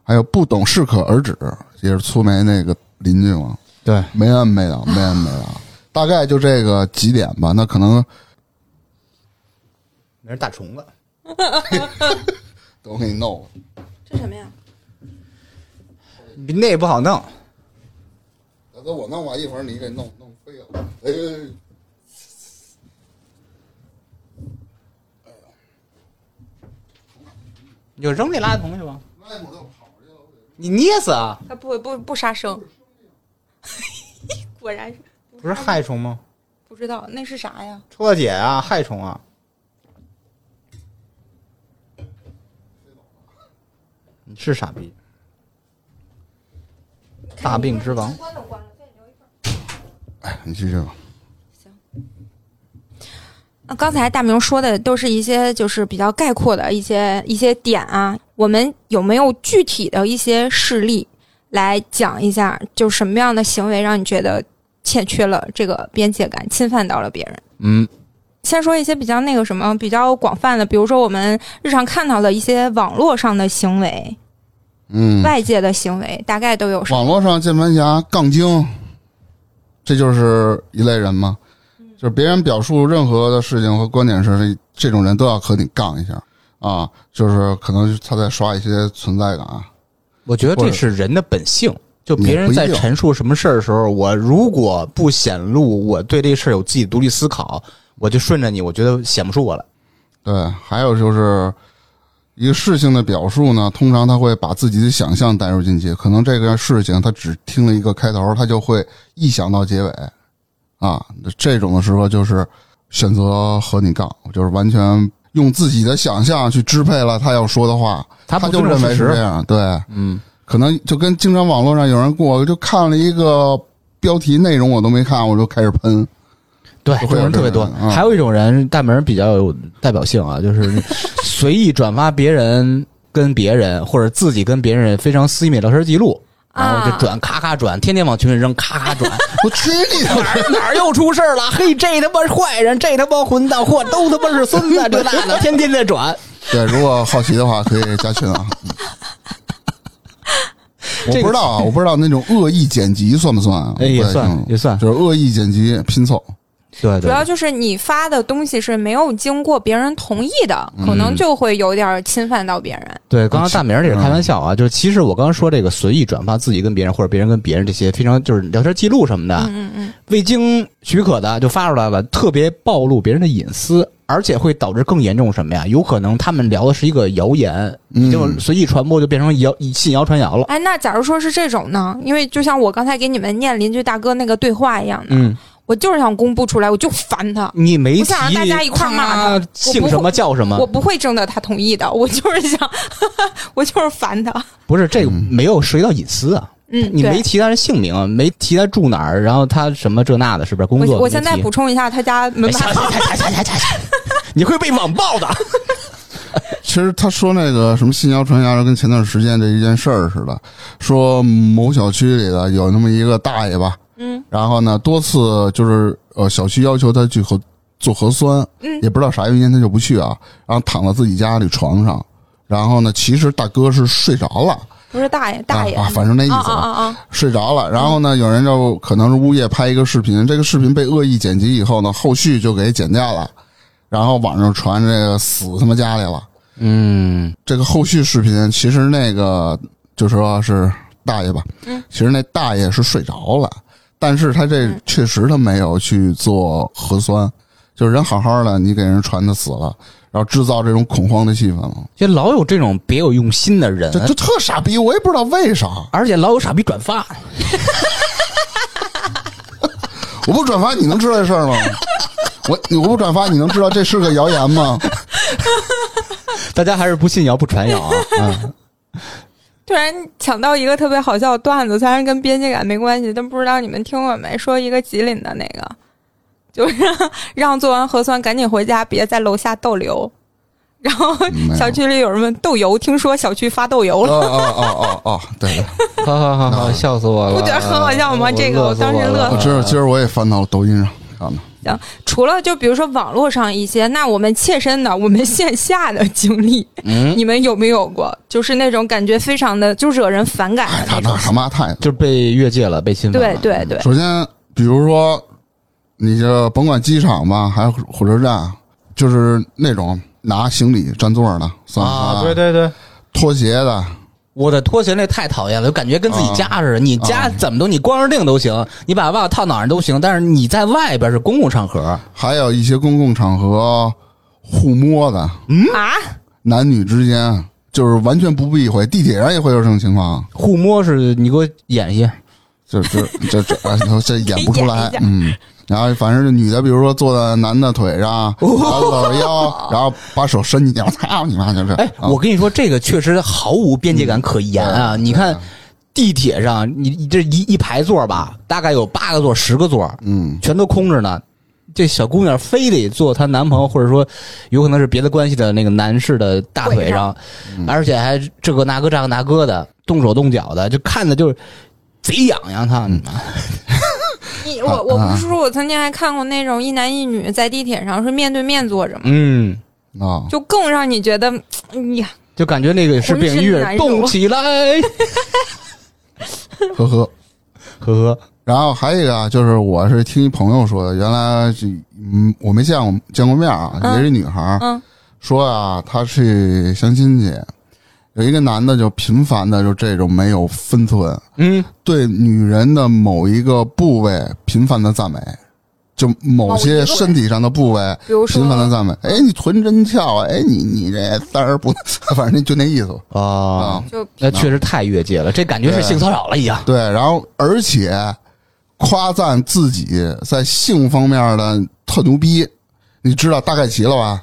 Speaker 1: 还有不懂适可而止，也是粗梅那个邻居嘛，
Speaker 3: 对，
Speaker 1: 没完没了，没完没了，大概就这个几点吧。那可能
Speaker 4: 那是大虫子，
Speaker 1: 我给你弄了。
Speaker 2: 这什么呀？
Speaker 4: 你那也不好弄。
Speaker 1: 大哥，我弄吧，一会儿你给弄弄飞了。哎哎哎
Speaker 4: 你就扔那垃圾桶去吧。你捏死啊！
Speaker 2: 他不不不杀生， [laughs] 果然是
Speaker 3: 不是害虫吗？
Speaker 2: 不知道那是啥呀？
Speaker 4: 臭大姐啊，害虫啊！你是傻逼，大病之王。
Speaker 2: 关了关了，再留一份。
Speaker 1: 哎，你继续吧。
Speaker 2: 那啊刚才大明说的都是一些就是比较概括的一些一些点啊，我们有没有具体的一些事例来讲一下？就什么样的行为让你觉得欠缺了这个边界感，侵犯到了别人？
Speaker 4: 嗯，
Speaker 2: 先说一些比较那个什么比较广泛的，比如说我们日常看到的一些网络上的行为、
Speaker 1: 嗯，
Speaker 2: 外界的行为，大概都有什么？
Speaker 1: 网络上键盘侠、杠精，这就是一类人吗？就是别人表述任何的事情和观点时，这种人都要和你杠一下啊！就是可能他在刷一些存在感啊，
Speaker 4: 我觉得这是人的本性。就
Speaker 1: 也
Speaker 4: 别
Speaker 1: 不
Speaker 4: 人
Speaker 1: 一定
Speaker 4: 在陈述什么事儿的时候，我如果不显露我对这事儿有自己独立思考，我就顺着你，我觉得显不出我来。
Speaker 1: 对，还有就是一个事情的表述呢，通常他会把自己的想象带入进去，可能这个事情他只听了一个开头，他就会臆想到结尾啊。这种的时候就是选择和你杠，就是完全用自己的想象去支配了他要说的话，
Speaker 4: 他不
Speaker 1: 就
Speaker 4: 尊重
Speaker 1: 认为
Speaker 4: 事
Speaker 1: 是
Speaker 4: 实
Speaker 1: 这样。对，
Speaker 4: 嗯，
Speaker 1: 可能就跟经常网络上有人过，就看了一个标题内容我都没看，我就开始喷。
Speaker 4: 对，
Speaker 1: 会
Speaker 4: 这种人特别多
Speaker 1: 有这种人。嗯
Speaker 4: 还有一种人，大门比较有代表性啊，就是 [laughs] 随意转发别人跟别人或者自己跟别人非常私密的聊天记录，然后就转咔咔转，天天往群里扔，咔咔转。 [laughs]
Speaker 1: 我去你的！
Speaker 4: 哪儿哪儿又出事儿了？嘿，这他妈是坏人，这他妈混蛋，嚯，都他妈是孙子，这那的，天天
Speaker 1: [laughs]
Speaker 4: 在转。 [laughs]
Speaker 1: 对，如果好奇的话，可以加群啊。我不知道啊，我不知道那种恶意剪辑算不算啊？
Speaker 4: 哎，也
Speaker 1: 我不太清
Speaker 4: 算
Speaker 1: 楚
Speaker 4: 也算，
Speaker 1: 就是恶意剪辑拼凑。
Speaker 4: 对
Speaker 2: 主
Speaker 4: 对
Speaker 2: 要就是你发的东西是没有经过别人同意的，可能就会有点侵犯到别人。
Speaker 4: 对。刚刚大明儿这是
Speaker 1: 嗯
Speaker 4: 开玩笑啊，就是其实我刚刚说这个随意转发自己跟别人或者别人跟别人这些非常就是聊天记录什么的，
Speaker 2: 嗯嗯
Speaker 4: 未经许可的就发出来了，特别暴露别人的隐私，而且会导致更严重什么呀？有可能他们聊的是一个谣言，
Speaker 1: 嗯
Speaker 4: 就随意传播就变成谣信谣传谣了。
Speaker 2: 哎，那假如说是这种呢？因为就像我刚才给你们念邻居大哥那个对话一样的，
Speaker 4: 嗯，
Speaker 2: 我就是想公布出来，我就烦他，
Speaker 4: 你没
Speaker 2: 我
Speaker 4: 提
Speaker 2: 想啊让大家一块儿骂他
Speaker 4: 他姓什么叫什
Speaker 2: 我
Speaker 4: 么？
Speaker 2: 不会征得他同意的， [laughs] 我就是想，我就是烦他。
Speaker 4: 不是这个
Speaker 1: 嗯
Speaker 4: 没有涉及到隐私啊，
Speaker 2: 嗯，
Speaker 4: 你
Speaker 2: 对
Speaker 4: 没提他的姓名，没提他住哪儿，然后他什么这那的，是不是工
Speaker 2: 我
Speaker 4: 作？
Speaker 2: 我现在补充一下，他家门牌
Speaker 4: 哎行行行行行行行 [laughs] 你会被网暴的。
Speaker 1: 其实他说那个什么信谣传谣，跟前段时间这一件事儿似的，说某小区里的有那么一个大爷吧，
Speaker 2: 嗯，
Speaker 1: 然后呢多次就是呃小区要求他去核做核酸，
Speaker 2: 嗯
Speaker 1: 也不知道啥原因他就不去啊，然后躺在自己家里床上，然后呢其实大哥是睡着了，
Speaker 2: 不是大爷，大爷，
Speaker 1: 啊啊反正那意思
Speaker 2: 啊啊啊！
Speaker 1: 睡着了，然后呢有人就可能是物业拍一个视频，这个视频被恶意剪辑以后呢，后续就给剪掉了，然后网上传这个死他妈家里了。
Speaker 4: 嗯，
Speaker 1: 这个后续视频，其实那个就说是大爷吧，
Speaker 2: 嗯，
Speaker 1: 其实那大爷是睡着了，但是他这确实他没有去做核酸，就是人好好的，你给人传他死了，然后制造这种恐慌的气氛了，
Speaker 4: 就老有这种别有用心的人
Speaker 1: 这，这特傻逼，我也不知道为啥，
Speaker 4: 而且老有傻逼转发。
Speaker 1: 我不转发你能知道这事儿吗？
Speaker 2: [laughs]
Speaker 1: 我你我不转发你能知道这是个谣言吗？
Speaker 4: 大家还是不信谣不传谣啊！嗯，
Speaker 2: 突然抢到一个特别好笑的段子，虽然跟边界感没关系，但不知道你们听过没？说一个吉林的那个，就是让让做完核酸赶紧回家，别在楼下逗留。然后
Speaker 1: 没有
Speaker 2: [laughs] 小区里有人问豆油，听说小区发豆油
Speaker 1: 哦
Speaker 2: 了，
Speaker 1: 哦哦哦哦，对对，
Speaker 4: [laughs] 好好好好，笑死我了！
Speaker 2: 不觉得很好笑吗这个我当时乐
Speaker 1: 我
Speaker 2: 死
Speaker 1: 今儿今儿我也翻到了抖音上看的，
Speaker 2: 除了就比如说网络上一些，那我们切身的我们线下的经历，
Speaker 4: 嗯，
Speaker 2: 你们有没有过？就是那种感觉非常的就惹人反感
Speaker 1: 哎，
Speaker 2: 的
Speaker 1: 他
Speaker 2: 那
Speaker 1: 那
Speaker 2: 种。
Speaker 1: 他妈太
Speaker 4: 就是被越界了，被侵犯
Speaker 2: 对
Speaker 4: 了。
Speaker 2: 对对，
Speaker 1: 首先，比如说，你这甭管机场吧，还有火车站，就是那种拿行李占座的，算
Speaker 3: 啊，
Speaker 1: 吧
Speaker 3: 对对对，
Speaker 1: 拖鞋的，
Speaker 4: 我的拖鞋那太讨厌了，就感觉跟自己家似的。你家怎么都，你光着腚都行，你把袜子套脑上都行，但是你在外边是公共场合，
Speaker 1: 还有一些公共场合互摸的，
Speaker 2: 啊，
Speaker 1: 男女之间就是完全不避讳，地铁上也会有这种情况，
Speaker 4: 互摸是你给我演一下。
Speaker 1: 这这这这哎这这演不出来
Speaker 2: 演一下，
Speaker 1: 嗯。然后反正就女的，比如说坐在男的腿上，
Speaker 4: 哦
Speaker 1: 然后搂着腰，然后把手伸进去，我操你妈就是！
Speaker 4: 哎，
Speaker 1: 啊
Speaker 4: 我跟你说，这个确实毫无边界感可言啊！你看地铁上，你你这一一排座吧，大概有八个座、十个座，
Speaker 1: 嗯，
Speaker 4: 全都空着呢。这小姑娘非得坐她男朋友，或者说有可能是别的关系的那个男士的大腿上，而且还这个那个这个那个的，动手动脚的，就看着就是贼痒痒她。
Speaker 2: 你我我不是说我曾经还看过那种一男一女在地铁上是面对面坐着吗？
Speaker 4: 嗯，
Speaker 1: 啊，
Speaker 2: 就更让你觉得，嗯呀，
Speaker 4: 就感觉那个是病
Speaker 2: 浑身
Speaker 4: 玉
Speaker 2: 难受
Speaker 4: 动起来，
Speaker 1: 呵呵。
Speaker 4: [laughs] 呵呵，
Speaker 1: 然后还有一个啊，就是我是听一朋友说的，原来是嗯，我没见过见过面啊，
Speaker 2: 嗯
Speaker 1: 也是一女孩儿、
Speaker 2: 嗯
Speaker 1: 说啊，她去相亲去，有一个男的就频繁的就这种没有分寸，
Speaker 4: 嗯，
Speaker 1: 对女人的某一个部位频繁的赞美，就某
Speaker 2: 某一
Speaker 1: 些
Speaker 2: 个
Speaker 1: 身体上的部位
Speaker 2: 比如说嗯
Speaker 1: 频繁的赞美，哎，你臀真翘，哎，你你这三儿不，反正就那意思
Speaker 4: 啊
Speaker 1: 啊，，
Speaker 2: 就
Speaker 4: 那确实太越界了，这感觉是性骚扰了一样。
Speaker 1: 对，然后而且夸赞自己在性方面的特牛逼，你知道大概齐了吧？
Speaker 2: 嗯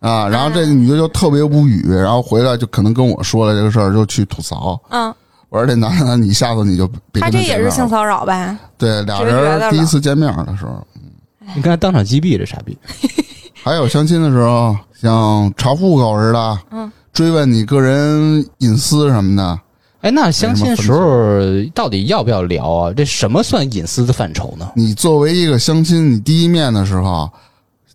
Speaker 1: 啊，然后这个女的就特别无语，然后回来就可能跟我说了这个事儿，就去吐槽。
Speaker 2: 嗯，
Speaker 1: 我
Speaker 2: 我
Speaker 1: 说这男的，你下次你就别
Speaker 2: 他
Speaker 1: 跟
Speaker 2: 这
Speaker 1: 见
Speaker 2: 也
Speaker 1: 面
Speaker 2: 是性
Speaker 1: 了
Speaker 2: 骚扰呗？
Speaker 1: 对，俩
Speaker 2: 直觉的
Speaker 1: 人第一
Speaker 2: 了
Speaker 1: 次见面的时候，
Speaker 4: 你刚才当场击毙这傻逼，
Speaker 1: 还有相亲的时候，像查户口似的，
Speaker 2: 嗯，
Speaker 1: 追问你个人隐私什么的，
Speaker 4: 哎，那相亲的时候到底要不要聊啊？这什么算隐私的范畴呢？
Speaker 1: 你作为一个相亲，你第一面的时候，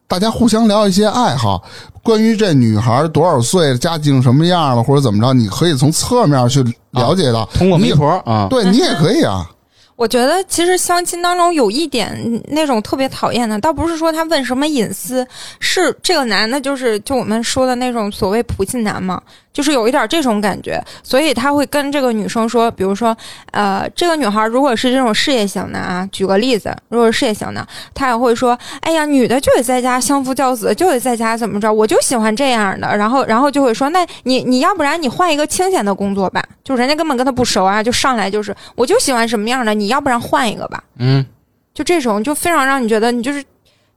Speaker 1: 大家互相聊一些爱好，关于这女孩多少岁、家境什么样了，或者怎么着，你可以从侧面去了解到。
Speaker 4: 通过
Speaker 1: 你
Speaker 4: 媒
Speaker 1: 也
Speaker 4: 婆啊，
Speaker 1: 对你也可以啊，
Speaker 2: 我觉得其实相亲当中有一点嗯那种特别讨厌的，倒不是说他问什么隐私，是这个男的，就是就我们说的那种所谓普信男嘛，就是有一点这种感觉，所以他会跟这个女生说，比如说，呃，这个女孩如果是这种事业型的啊，举个例子，如果是事业型的，他也会说，哎呀，女的就得在家相夫教子，就得在家怎么着，我就喜欢这样的，然后然后就会说，那你你要不然你换一个清闲的工作吧，就人家根本跟他不熟啊，就上来就是我就喜欢什么样的，你要不然换一个吧，
Speaker 4: 嗯，
Speaker 2: 就这种就非常让你觉得你就是，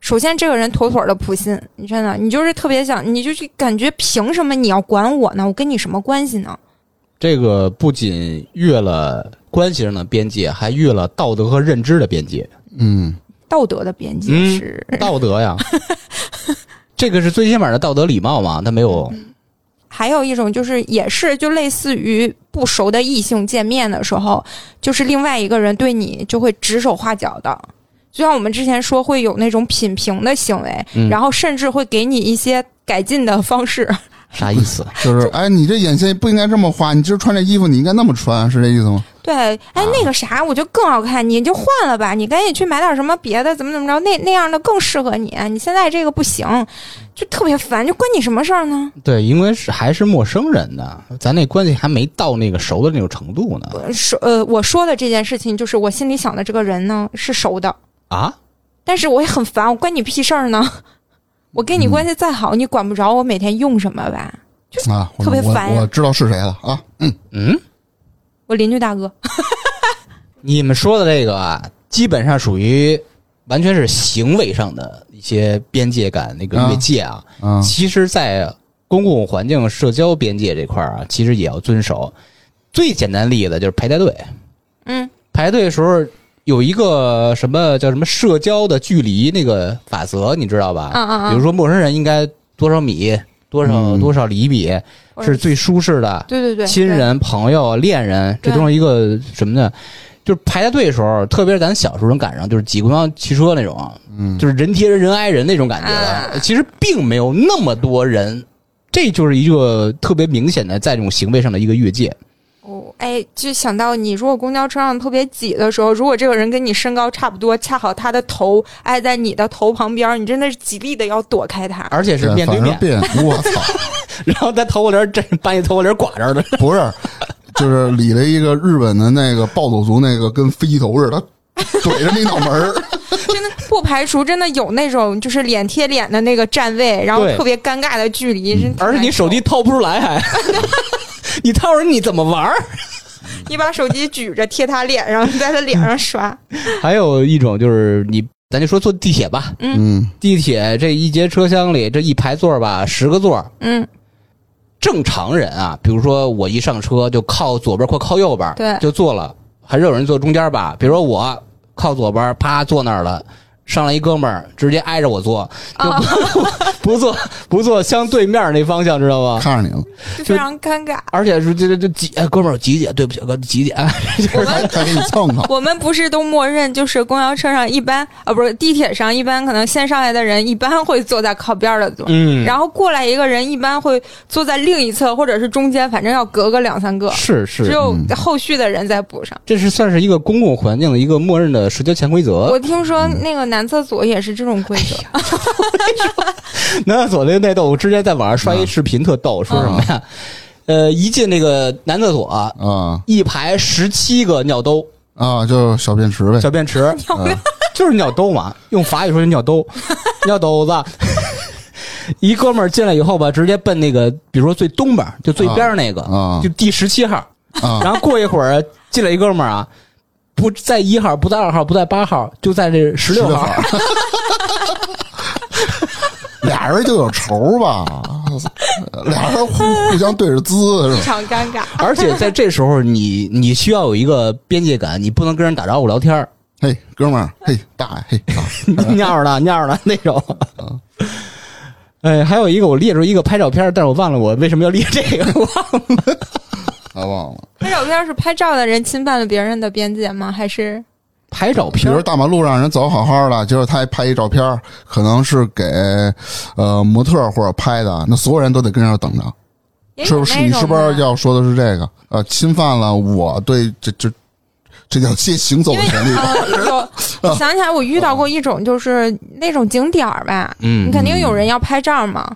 Speaker 2: 首先这个人妥妥的普信，你真的你就是特别想，你就去感觉凭什么你要管我呢？我跟你什么关系呢？
Speaker 4: 这个不仅越了关系上的边界，还越了道德和认知的边 [laughs] 界。
Speaker 1: 嗯，
Speaker 2: 道德的边界
Speaker 4: 嗯
Speaker 2: 是、
Speaker 4: 道德 [laughs] 呀，这个是最起码的道德礼貌嘛，他没有。
Speaker 2: 还有一种就是也是就类似于不熟的异性见面的时候，就是另外一个人对你就会指手画脚的。就像我们之前说，会有那种品评的行为，
Speaker 4: 嗯
Speaker 2: 然后甚至会给你一些改进的方式。 [laughs]
Speaker 4: 啥意 [laughs] 思？
Speaker 1: 就是哎，你这眼线不应该这么画，你今儿穿这衣服你应该那么穿，是这意思吗？
Speaker 2: 对，哎，那个啥，我觉得更好看，你就换了吧，你赶紧去买点什么别的，怎么怎么着，那那样的更适合你，哎你现在这个不行，就特别烦，就关你什么事儿呢？
Speaker 4: 对，因为是还是陌生人呢，咱那关系还没到那个熟的那种程度呢。
Speaker 2: 呃说呃，我说的这件事情，就是我心里想的这个人呢是熟的，
Speaker 4: 啊，
Speaker 2: 但是我也很烦，我关你屁事儿呢？
Speaker 4: 嗯
Speaker 2: 我跟你关系再好，你管不着我每天用什么吧？
Speaker 1: 啊，我
Speaker 2: 特别烦呀
Speaker 1: 我我知道是谁了啊，
Speaker 4: 嗯，
Speaker 2: 我邻居大哥，
Speaker 4: 你们说的这个啊，基本上属于完全是行为上的一些边界感那个越界啊。
Speaker 1: 嗯
Speaker 4: 其实，在公共环境、社交边界这块儿啊，其实也要遵守。最简单例子就是排大队，
Speaker 2: 嗯，
Speaker 4: 排队的时候有一个什么叫什么社交的距离那个法则，你知道吧？
Speaker 2: 嗯嗯嗯
Speaker 4: 啊比如说，陌生人应该多少米、多少、
Speaker 1: 嗯
Speaker 4: 多少厘米是最舒适的。
Speaker 2: 对对对，
Speaker 4: 亲人、朋友、恋人，这
Speaker 2: 对
Speaker 4: 都是一个什么呢？就是排大队的时候，特别是咱小时候能赶上，就是挤公交汽车那种，啊
Speaker 1: 嗯，
Speaker 4: [laughs] 就是人贴人、人挨人那种感觉的。
Speaker 2: 啊
Speaker 4: 其实并没有那么多人，这就是一个特别明显的在这种行为上的一个越界。
Speaker 2: 哦，哎，就想到你如果公交车上特别挤的时候，如果这个人跟你身高差不多，恰好他的头挨在你的头旁边，你真的是极力的要躲开
Speaker 4: [laughs]
Speaker 2: 他。
Speaker 4: 而且是面对
Speaker 1: 反正，
Speaker 4: 面
Speaker 1: 变，我操，
Speaker 4: 然后他头发帘儿真把你头发帘儿刮着的，
Speaker 1: [laughs] 不是，就是理了一个日本的那个暴走族，那个跟飞机头似的，怼着你脑门儿。
Speaker 2: 真的不排除真的有那种就是脸贴脸的那个站位，然后
Speaker 4: 对嗯
Speaker 2: 特别尴尬的距离，真
Speaker 4: 而且你手机掏不出来还，你掏着你怎么玩儿？
Speaker 2: 你把手机举着贴他脸上，在他脸上刷，
Speaker 4: [laughs] 还有一种就是你，咱就说坐地铁吧，
Speaker 1: 嗯，
Speaker 4: 地铁这一节车厢里这一排座儿吧，十个座儿，
Speaker 2: 嗯，
Speaker 4: 正常人啊，比如说我一上车就靠左边或靠右边，
Speaker 2: 对
Speaker 4: 就坐了，还是有人坐中间吧。比如说我靠左边，啪坐那儿了。上来一哥们儿，直接挨着我坐，就 [laughs] 不、不坐不坐相对面那方向，知道吗？
Speaker 1: 看着你了，
Speaker 2: 就非常尴尬。
Speaker 4: 而且是这这这几哎，哥们儿几点？对不起，哥几点？哎就是
Speaker 1: 还还给你蹭
Speaker 4: [laughs]
Speaker 1: 蹭。
Speaker 2: 我们不是都默认就是公交车上一般啊，不是地铁上一般，可能先上来的人一般会坐在靠边儿的座，
Speaker 4: 嗯
Speaker 2: 然后过来一个人一般会坐在另一侧或者是中间，反正要隔个两三个，
Speaker 4: 是嗯
Speaker 2: 只
Speaker 4: 是，
Speaker 2: 有后续的人再补上。
Speaker 4: 这是算是一个公共环境的一个默认的社交潜规则
Speaker 2: 我。听说那个男厕所也是这种规啊
Speaker 4: [laughs]
Speaker 2: 则，
Speaker 4: 男厕所那内斗，我之前在网上刷一视频特逗，说什么呀？呃，一进那个男厕所啊，
Speaker 1: 啊
Speaker 4: 一排十七个尿兜、
Speaker 1: 啊，就小便池呗。
Speaker 4: 小便池，
Speaker 1: 啊
Speaker 4: 就是尿兜嘛，用法语说就尿兜，尿兜子。一哥们儿进来以后吧，直接奔那个，比如说最东边儿，就最边儿那个，
Speaker 1: 啊
Speaker 4: 就第十七号。
Speaker 1: 啊
Speaker 4: 然后过一会儿进来一哥们儿啊，不在一号，不在二号，不在八号，就在这十六号。
Speaker 1: 俩人就有仇吧？俩人互互相对着滋是
Speaker 2: 非
Speaker 1: 吧？
Speaker 2: 常尴
Speaker 4: [laughs]
Speaker 2: 尬。
Speaker 4: 而且在这时候你，你需要有一个边界感，你不能跟人打招呼聊天儿，
Speaker 1: 嘿，哥们儿，嘿，大爷，嘿，大爷
Speaker 4: [laughs] 尿儿呢尿儿呢那种。 [laughs] 哎，还有一个我列出一个拍照片儿，但是我忘了我为什么要列这个， [laughs] 我忘了。
Speaker 1: 啊，忘了。
Speaker 2: 拍照片是拍照的人侵犯了别人的边界吗？还是
Speaker 4: 拍照
Speaker 1: 比
Speaker 4: 片
Speaker 1: 如
Speaker 4: 儿，
Speaker 1: 大马路让人走好好的，结果他还拍一照片儿，可能是给呃模特儿或者拍的，那所有人都得跟上等着。
Speaker 2: 也
Speaker 1: 是
Speaker 2: 有
Speaker 1: 不是你
Speaker 2: 那
Speaker 1: 是
Speaker 2: 种
Speaker 1: 不是
Speaker 2: 的
Speaker 1: 要说的是这个？呃，侵犯了我对这这这叫些行走
Speaker 2: 因
Speaker 1: 的
Speaker 2: 为
Speaker 1: 权利哦吧？
Speaker 2: 嗯，
Speaker 1: [laughs]
Speaker 2: 有我想起来，我遇到过一种，就是那种景点儿吧，
Speaker 4: 嗯
Speaker 2: 你肯定有人要拍照嘛。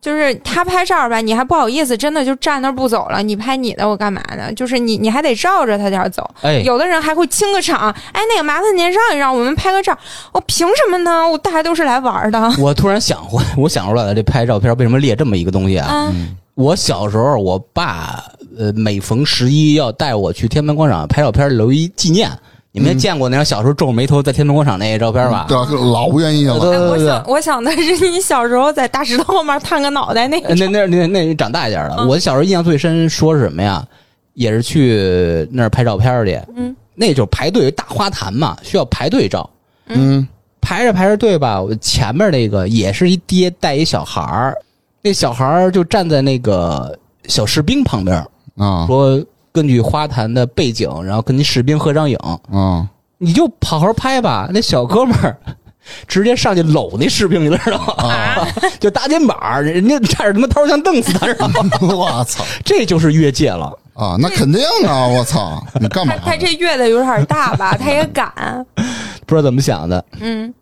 Speaker 2: 就是他拍照吧，你还不好意思，真的就站那儿不走了。你拍你的，我干嘛呢？就是你，你还得绕着他点儿走。
Speaker 4: 哎，
Speaker 2: 有的人还会清个场，哎，那个麻烦您让一让，我们拍个照。我凭什么呢？我大家都是来玩
Speaker 4: [laughs]
Speaker 2: 儿的。
Speaker 4: 我突然想回，我想出来了，这拍照片为什么列这么一个东西啊？
Speaker 2: 嗯，
Speaker 4: 我小时候，我爸呃每逢十一要带我去天安门广场拍照片留一纪念。你们也见过那种小时候皱着眉头在天安门广场那些照片吧？
Speaker 1: 对吧？老不愿意了。
Speaker 4: 对
Speaker 2: 哎我
Speaker 4: 对对
Speaker 2: 想，我想的是你小时候在大石头后面探个脑袋那个
Speaker 4: 呃。那那那那长大一点了，
Speaker 2: 嗯
Speaker 4: 我小时候印象最深说是什么呀？也是去那儿拍照片去，
Speaker 2: 嗯，
Speaker 4: 那就是排队大花坛嘛，需要排队照。
Speaker 1: 嗯，
Speaker 4: 排着排着队吧，我前面那个也是一爹带一小孩儿，那小孩儿就站在那个小士兵旁边，
Speaker 1: 啊
Speaker 4: 说根据花坛的背景，然后跟那士兵合张影，
Speaker 1: 啊
Speaker 4: 你就好好拍吧。那小哥们儿 [laughs] 直接上去搂那士兵，你知道吗？
Speaker 1: 啊！
Speaker 4: [laughs] 就搭肩膀儿，人家差点他妈掏枪瞪死他，知道
Speaker 3: [laughs]
Speaker 4: 吗？
Speaker 1: 我操
Speaker 4: 这就是越界了。
Speaker 1: 啊！那肯定啊！我操，你干嘛
Speaker 2: 他？他这越的有点大
Speaker 4: [laughs]
Speaker 2: 吧？他也敢。
Speaker 4: 不知道怎么想的，
Speaker 2: 嗯，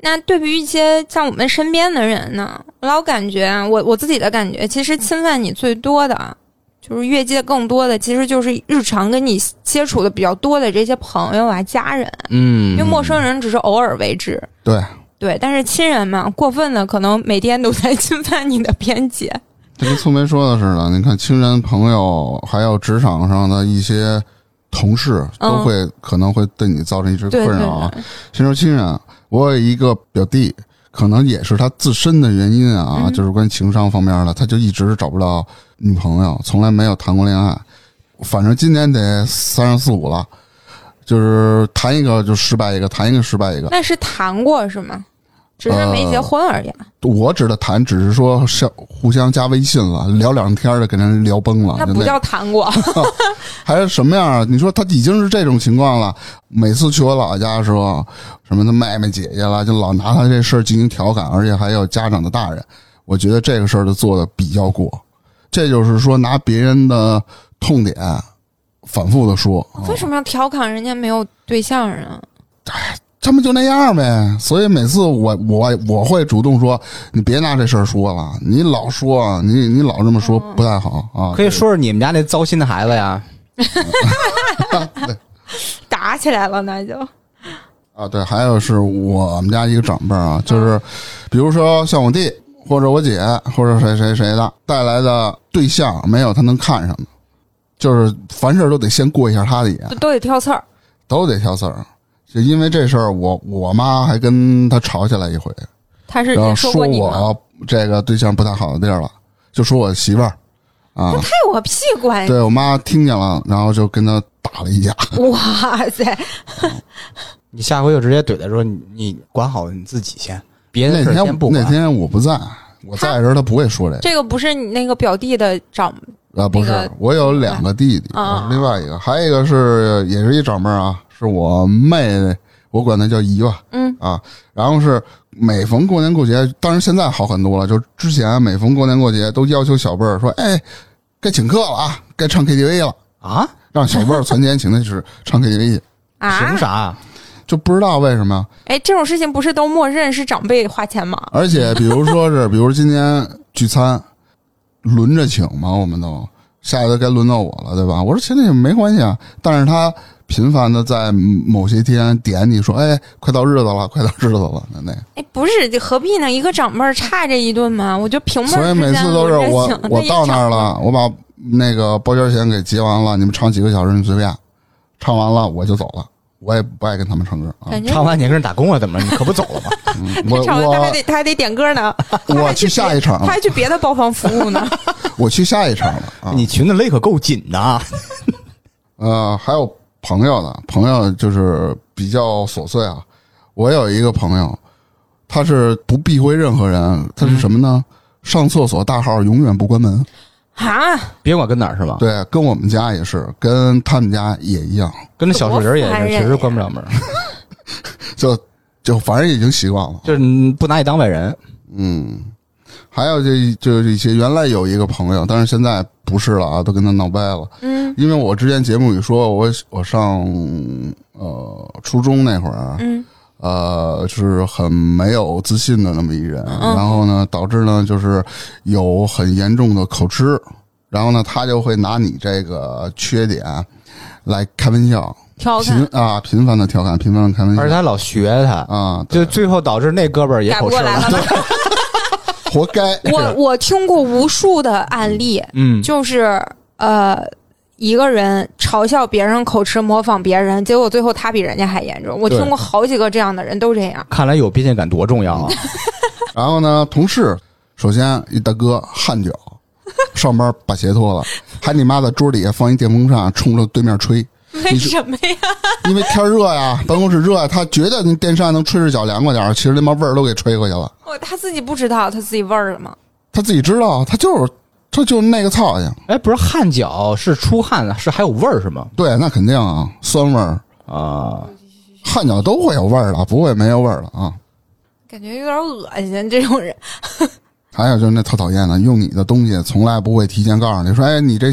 Speaker 2: 那对于一些像我们身边的人呢，我老感觉啊我我自己的感觉，其实侵犯你最多的，啊就是越界更多的，其实就是日常跟你接触的比较多的这些朋友啊、家人，
Speaker 4: 嗯
Speaker 2: 因为陌生人只是偶尔为之。
Speaker 1: 对，
Speaker 2: 对，但是亲人嘛，过分的可能每天都在侵犯你的
Speaker 1: [laughs]
Speaker 2: 边界。
Speaker 1: 这跟聪梅说的似的，你看亲人、朋友，还有职场上的一些同事，都
Speaker 2: 嗯
Speaker 1: 会、可能会对你造成一些
Speaker 2: 对
Speaker 1: 困
Speaker 2: 对
Speaker 1: 扰啊。
Speaker 2: 对，
Speaker 1: 先说亲人，我有一个表弟，可能也是他自身的原因啊，
Speaker 2: 嗯
Speaker 1: 就是关于情商方面的，他就一直找不到女朋友，从来没有谈过恋爱。反正今年得三十四五了，就是谈一个就失败一个，谈一个失败一个。
Speaker 2: 那是谈过是吗？只是没结婚啊而已。
Speaker 1: 啊我指的谈，只是说相互相加微信了，聊两天儿就给人聊崩了，
Speaker 2: 那
Speaker 1: 就
Speaker 2: 不叫谈过，
Speaker 1: 哦还是什么样啊？你说他已经是这种情况了，每次去我姥姥家的时候，什么他妹妹姐姐啦，就老拿他这事儿进行调侃，而且还有家长的大人，我觉得这个事儿就做的比较过。这就是说拿别人的痛点反复的说，啊
Speaker 2: 为什么要调侃人家没有对象啊？
Speaker 1: 他们就那样呗。所以每次我我我会主动说，你别拿这事儿说了，你老说，你你老这么说不太好啊。
Speaker 4: 可以说说你们家那糟心的孩子呀。
Speaker 2: 打起来了那就。
Speaker 1: 啊，对，还有是我们家一个长辈啊，
Speaker 2: 嗯
Speaker 1: 就是比如说像我弟或者我姐或者谁谁谁的带来的对象，没有他能看上的，就是凡事都得先过一下他的眼，
Speaker 2: 都都得挑刺儿。
Speaker 1: 都得挑刺儿。就因为这事儿，我我妈还跟他吵起来一回，
Speaker 2: 他是
Speaker 1: 然后
Speaker 2: 说
Speaker 1: 说
Speaker 2: 过你吗？
Speaker 1: 我啊这个对象不太好的地儿了，就说我媳妇儿啊，
Speaker 2: 对我屁啊关系！
Speaker 1: 对我妈听见了，然后就跟他打了一架。
Speaker 2: 哇塞，
Speaker 3: 你下回就直接怼他说你你管好你自己先，别的
Speaker 1: 那
Speaker 3: 事儿
Speaker 1: 天
Speaker 3: 先不
Speaker 1: 那
Speaker 3: 管。
Speaker 1: 天我不在，我在的时候他不会说这个。
Speaker 2: 这个不是你那个表弟的长
Speaker 1: 啊，不是，
Speaker 2: 那个
Speaker 1: 我有两个弟弟，
Speaker 2: 啊
Speaker 1: 我是另外一个，还有一个是也是一长辈啊，是我妹妹，我管她叫姨吧
Speaker 2: 嗯
Speaker 1: 啊。然后是每逢过年过节，当然现在好很多了，就之前啊每逢过年过节都要求小辈儿说，哎，该请客了啊，该唱 KTV 了，
Speaker 3: 啊，
Speaker 1: 让小辈儿存钱请他去唱 KTV 去，
Speaker 2: 啊
Speaker 3: 凭？啥？
Speaker 1: 就不知道为什么。啊
Speaker 2: 哎，这种事情不是都默认是长辈花钱吗？
Speaker 1: 而且比如说是，比如今天聚餐，轮着请嘛，我们都下一个该轮到我了，对吧？我说请你没关系啊，但是他频繁的在某些天点你说，哎，快到日子了，快到日子了，那那，
Speaker 2: 哎，不是，这何必呢？一个长辈儿差这一顿嘛，我就平辈儿
Speaker 1: 所以每
Speaker 2: 之间
Speaker 1: 次都是
Speaker 2: 轮着
Speaker 1: 我
Speaker 2: 请
Speaker 1: 我
Speaker 2: 对
Speaker 1: 到那儿
Speaker 2: 一场
Speaker 1: 了，我把那个包间钱给结完了，你们唱几个小时你随便，唱完了我就走了。我也不爱跟他们唱歌啊！
Speaker 2: 感觉
Speaker 3: 唱完你跟人打工了怎么着？你可不走
Speaker 4: [laughs]
Speaker 3: 了吗？
Speaker 1: 我
Speaker 2: 唱哎完他还得
Speaker 1: 我
Speaker 2: 他还得点歌呢，
Speaker 1: [laughs] 我去下一场
Speaker 2: 他
Speaker 1: 了，
Speaker 2: 还去别的包房服务呢。
Speaker 1: 我去下一场了啊！
Speaker 3: 你群的勒可够紧的啊！
Speaker 1: 呃，还有朋友的朋友就是比较琐碎啊。我有一个朋友，他是不避讳任何人，他是什么呢？上厕所大号永远不关门，
Speaker 2: [laughs] 啊，
Speaker 4: 别管跟哪儿是吧？，
Speaker 1: 对，跟我们家也是，跟他们家也一样，
Speaker 3: 跟那小树林儿也
Speaker 2: 多烦
Speaker 3: 是，
Speaker 2: 人呀
Speaker 3: 确实关不了门儿，
Speaker 1: 就就反正已经习惯了。
Speaker 4: [laughs] 就是你不拿你当外人。
Speaker 1: 嗯，还有这就是一些原来有一个朋友，但是现在不是了啊，都跟他闹掰了。
Speaker 2: 嗯
Speaker 1: 因为我之前节目里说，我我上呃初中那会儿，啊
Speaker 2: 嗯
Speaker 1: 呃，就是很没有自信的那么一人，
Speaker 2: 嗯
Speaker 1: 然后呢，导致呢就是有很严重的口吃，然后呢，他就会拿你这个缺点来开玩笑，
Speaker 2: 调
Speaker 1: 频
Speaker 2: 侃
Speaker 1: 啊频繁的调侃，频繁的开
Speaker 4: 嗯
Speaker 1: 玩笑
Speaker 3: 而且他老学他，
Speaker 1: 啊，
Speaker 3: 就最后导致那胳膊儿也
Speaker 2: 改不
Speaker 3: 口
Speaker 2: 过
Speaker 3: 吃
Speaker 2: 来
Speaker 3: 了。
Speaker 2: 了吧。
Speaker 3: [laughs]
Speaker 1: 活该。
Speaker 2: 我我听过无数的案例，
Speaker 3: 嗯，
Speaker 2: 就是呃，一个人嘲笑别人口吃，模仿别人，结果最后他比人家还严重。我
Speaker 3: 对
Speaker 2: 听过好几个这样的人都这样。
Speaker 4: 看来有边界感多重要
Speaker 2: [laughs]
Speaker 4: 啊！
Speaker 1: 然后呢，同事首先一大哥汗脚， [laughs] 上班把鞋脱了， [laughs] 还你妈在桌底下放一电风扇，冲着对面吹，
Speaker 2: 为什么呀？
Speaker 1: 因为天热呀， [laughs] 办公室热呀，他觉得那电扇能吹着脚凉快点儿，其实那妈味儿都给吹过去了。
Speaker 2: [laughs] 哦，他自己不知道他自己味儿了吗？
Speaker 1: 他自己知道，他就是他就是那个操性。
Speaker 4: 哎，不是汗脚是出汗是还有味儿是吗？
Speaker 1: 对，那肯定啊，酸味儿、
Speaker 4: 啊，
Speaker 1: 汗脚都会有味儿的，不会没有味儿的啊。
Speaker 2: 感觉有点恶心，这种人
Speaker 1: 还有就是那特讨厌的，用你的东西从来不会提前告诉你说，哎，你这